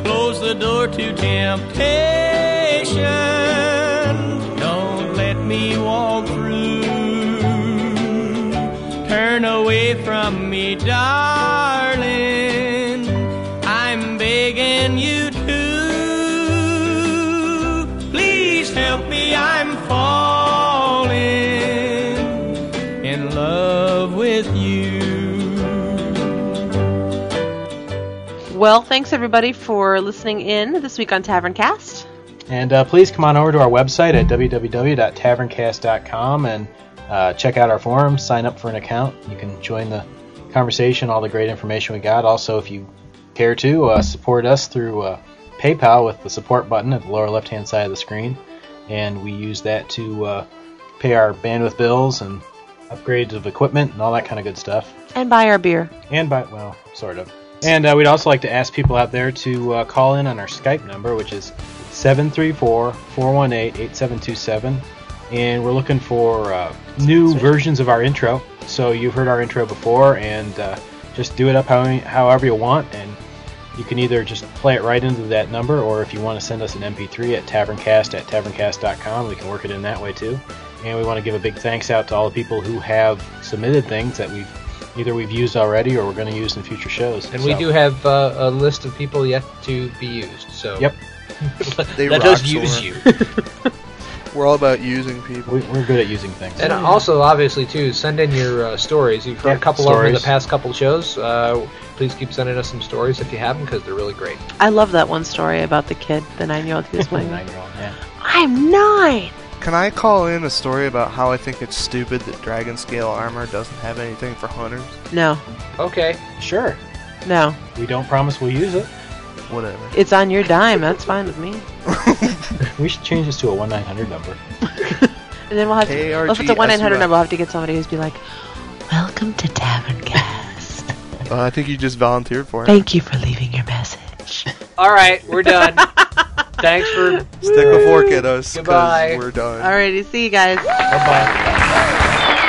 Speaker 14: Close the door to temptation. Don't let me walk through. Turn away from me, darling. I'm begging you to. Please help me, I'm falling in love with you.
Speaker 4: Well, thanks everybody for listening in this week on Tavern Cast.
Speaker 6: And uh, please come on over to our website at www.taverncast.com and uh, check out our forum, sign up for an account. You can join the conversation, all the great information we got. Also, if you care to, uh, support us through uh, PayPal with the support button at the lower left hand side of the screen. And we use that to uh, pay our bandwidth bills and upgrades of equipment and all that kind of good stuff.
Speaker 4: And buy our beer.
Speaker 6: And by, well, sort of. And uh, we'd also like to ask people out there to uh, call in on our Skype number, which is 734 418 8727. And we're looking for uh, new versions of our intro. So you've heard our intro before, and uh, just do it up how, however you want. And you can either just play it right into that number, or if you want to send us an MP3 at taverncast at taverncast.com, we can work it in that way too. And we want to give a big thanks out to all the people who have submitted things that we've either we've used already or we're going to use in future shows.
Speaker 5: And we
Speaker 6: So-
Speaker 5: do have uh, a list of people yet to be used. So
Speaker 6: Yep.
Speaker 2: They
Speaker 5: let
Speaker 2: rock,
Speaker 5: us use
Speaker 2: Soren.
Speaker 5: you.
Speaker 2: We're all about using people.
Speaker 6: We, we're good at using things.
Speaker 5: And also, obviously, too, send in your uh, stories. You've heard
Speaker 6: Yeah,
Speaker 5: a couple of them in the
Speaker 6: stories.
Speaker 5: past couple shows. Uh, please keep sending us some stories if you have them because they're really great.
Speaker 4: I love that one story about the kid, the nine year old who was playing.
Speaker 6: Nine-year-old, yeah.
Speaker 4: I'm nine.
Speaker 2: Can I call in a story about how I think it's stupid that dragon scale armor doesn't have anything for hunters?
Speaker 4: No,
Speaker 5: Okay.
Speaker 6: Sure.
Speaker 4: no,
Speaker 6: We don't promise we'll use it.
Speaker 2: Whatever.
Speaker 4: it's on your dime. That's fine with me.
Speaker 6: We should change this to a 1 900 number.
Speaker 4: And then we'll have to. Well, if it's a
Speaker 2: ARGSUS.
Speaker 4: one nine hundred number, we'll have to get somebody who's be like, "Welcome to Tavern Cast.
Speaker 2: Uh, I think you just volunteered for it.
Speaker 4: Thank you for leaving your message."
Speaker 5: All right, we're done. Thanks for.
Speaker 2: Stick a fork at us
Speaker 5: Goodbye.
Speaker 2: because we're done.
Speaker 4: Alrighty, see you guys.
Speaker 5: Bye.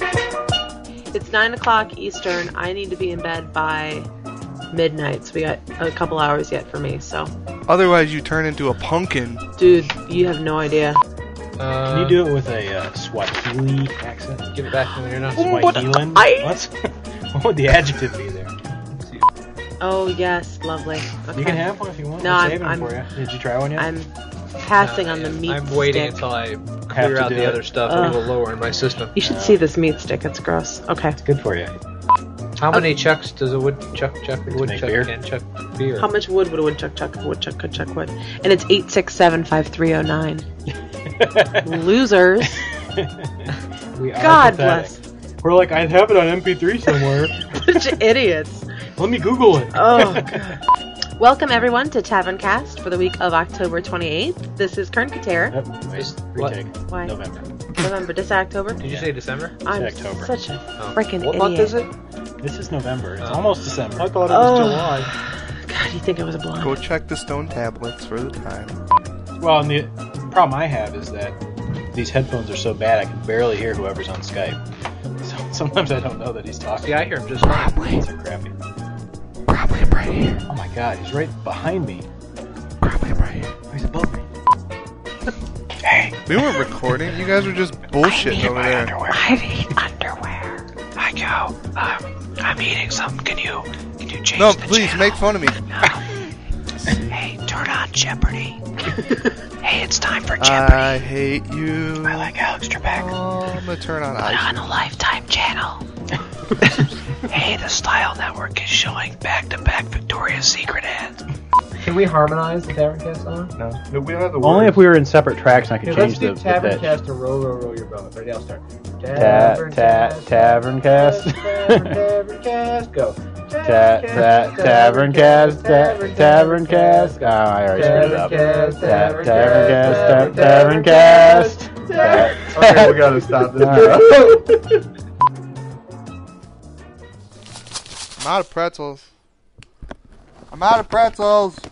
Speaker 4: It's nine o'clock Eastern. I need to be in bed by midnight, so we got a couple hours yet for me. So,
Speaker 2: Otherwise, you turn into a pumpkin.
Speaker 4: dude, you have no idea.
Speaker 5: Uh,
Speaker 6: Can you do it with a uh, Swahili accent?
Speaker 5: Give it back to me. You're not.
Speaker 6: Swahilan?
Speaker 4: I-
Speaker 6: What? what would the adjective be there?
Speaker 4: Oh yes, lovely. Okay.
Speaker 6: You can have one if you want.
Speaker 4: No,
Speaker 6: We're
Speaker 4: I'm-
Speaker 6: saving
Speaker 4: I'm-
Speaker 6: for you. Did you try one yet?
Speaker 4: I'm passing on the meat
Speaker 5: Uh, I'm waiting
Speaker 4: stick.
Speaker 5: until I
Speaker 6: Have
Speaker 5: clear
Speaker 6: to
Speaker 5: out
Speaker 6: do
Speaker 5: the
Speaker 6: it.
Speaker 5: other stuff a
Speaker 4: Ugh.
Speaker 5: little lower in my system.
Speaker 4: You should see this meat stick. It's gross. Okay.
Speaker 6: Good for you.
Speaker 5: How many chucks does a woodchuck chuck? A
Speaker 6: make
Speaker 5: woodchuck
Speaker 6: beer?
Speaker 5: can chuck beer.
Speaker 4: How much wood would a woodchuck chuck? if A woodchuck could chuck wood. And it's eight six seven five three zero nine. Losers.
Speaker 6: We are
Speaker 4: God
Speaker 6: pathetic. We're like, I have it on MP3 somewhere.
Speaker 4: Bunch of idiots.
Speaker 6: Let me Google it.
Speaker 4: Oh, God. Welcome everyone to Tavern Cast for the week of October 28th. This is Kern Kater.
Speaker 6: Nope, wait, retake.
Speaker 4: Why?
Speaker 6: November.
Speaker 4: November, this October.
Speaker 5: Did you say December?
Speaker 4: I'm
Speaker 6: It's October.
Speaker 4: such a
Speaker 5: Oh.
Speaker 4: freaking
Speaker 5: What month is it?
Speaker 6: This is November.
Speaker 5: Oh.
Speaker 6: It's almost December.
Speaker 5: I thought
Speaker 4: it was Oh. God, you think I was a blonde?
Speaker 2: Go check the stone tablets for the time.
Speaker 6: Well, and the problem I have is that these headphones are so bad I can barely hear whoever's on Skype. So sometimes I don't know that he's talking.
Speaker 5: See, I hear him just fine.
Speaker 6: These are crappy.
Speaker 2: Probably I'm right here.
Speaker 6: Oh my god, he's right behind me.
Speaker 2: Probably I'm right here.
Speaker 6: Oh, He's above me.
Speaker 2: We weren't recording. You guys were just bullshitting over there.
Speaker 4: I need underwear.
Speaker 14: Hi, Cow. Um, I'm eating some. Can you, can you change
Speaker 2: No,
Speaker 14: the
Speaker 2: please
Speaker 14: channel?
Speaker 2: make fun of me.
Speaker 14: Hey, turn on Jeopardy. hey, it's time for Jeopardy.
Speaker 2: I hate you.
Speaker 14: I like Alex Trebek.
Speaker 2: I'm gonna turn on
Speaker 14: Put on
Speaker 2: iTunes.
Speaker 14: the Lifetime channel. hey, the Style Network is showing back-to-back Victoria's Secret ads.
Speaker 5: Can we harmonize the Taverncast song?
Speaker 2: No, no, we don't have the
Speaker 6: Only
Speaker 2: words.
Speaker 6: if we were in separate tracks, and I could
Speaker 5: Here,
Speaker 6: change
Speaker 5: let's
Speaker 6: the,
Speaker 5: do
Speaker 6: the pitch.
Speaker 5: Taverncast to row, row, row your boat. Ready? I'll start.
Speaker 6: Ta- ta- tavern cast.
Speaker 5: Taverncast, go.
Speaker 6: Ta- ta- tavern cast. ta- Tavern cast. Oh, I already screwed it up.
Speaker 5: Taverncast,
Speaker 6: Ta-
Speaker 5: Taverncast,
Speaker 6: Tavern cast. ta- Tavern
Speaker 5: Tavern
Speaker 6: cast.
Speaker 5: Okay, we gotta stop this.
Speaker 2: I'm out of pretzels. I'm out of pretzels.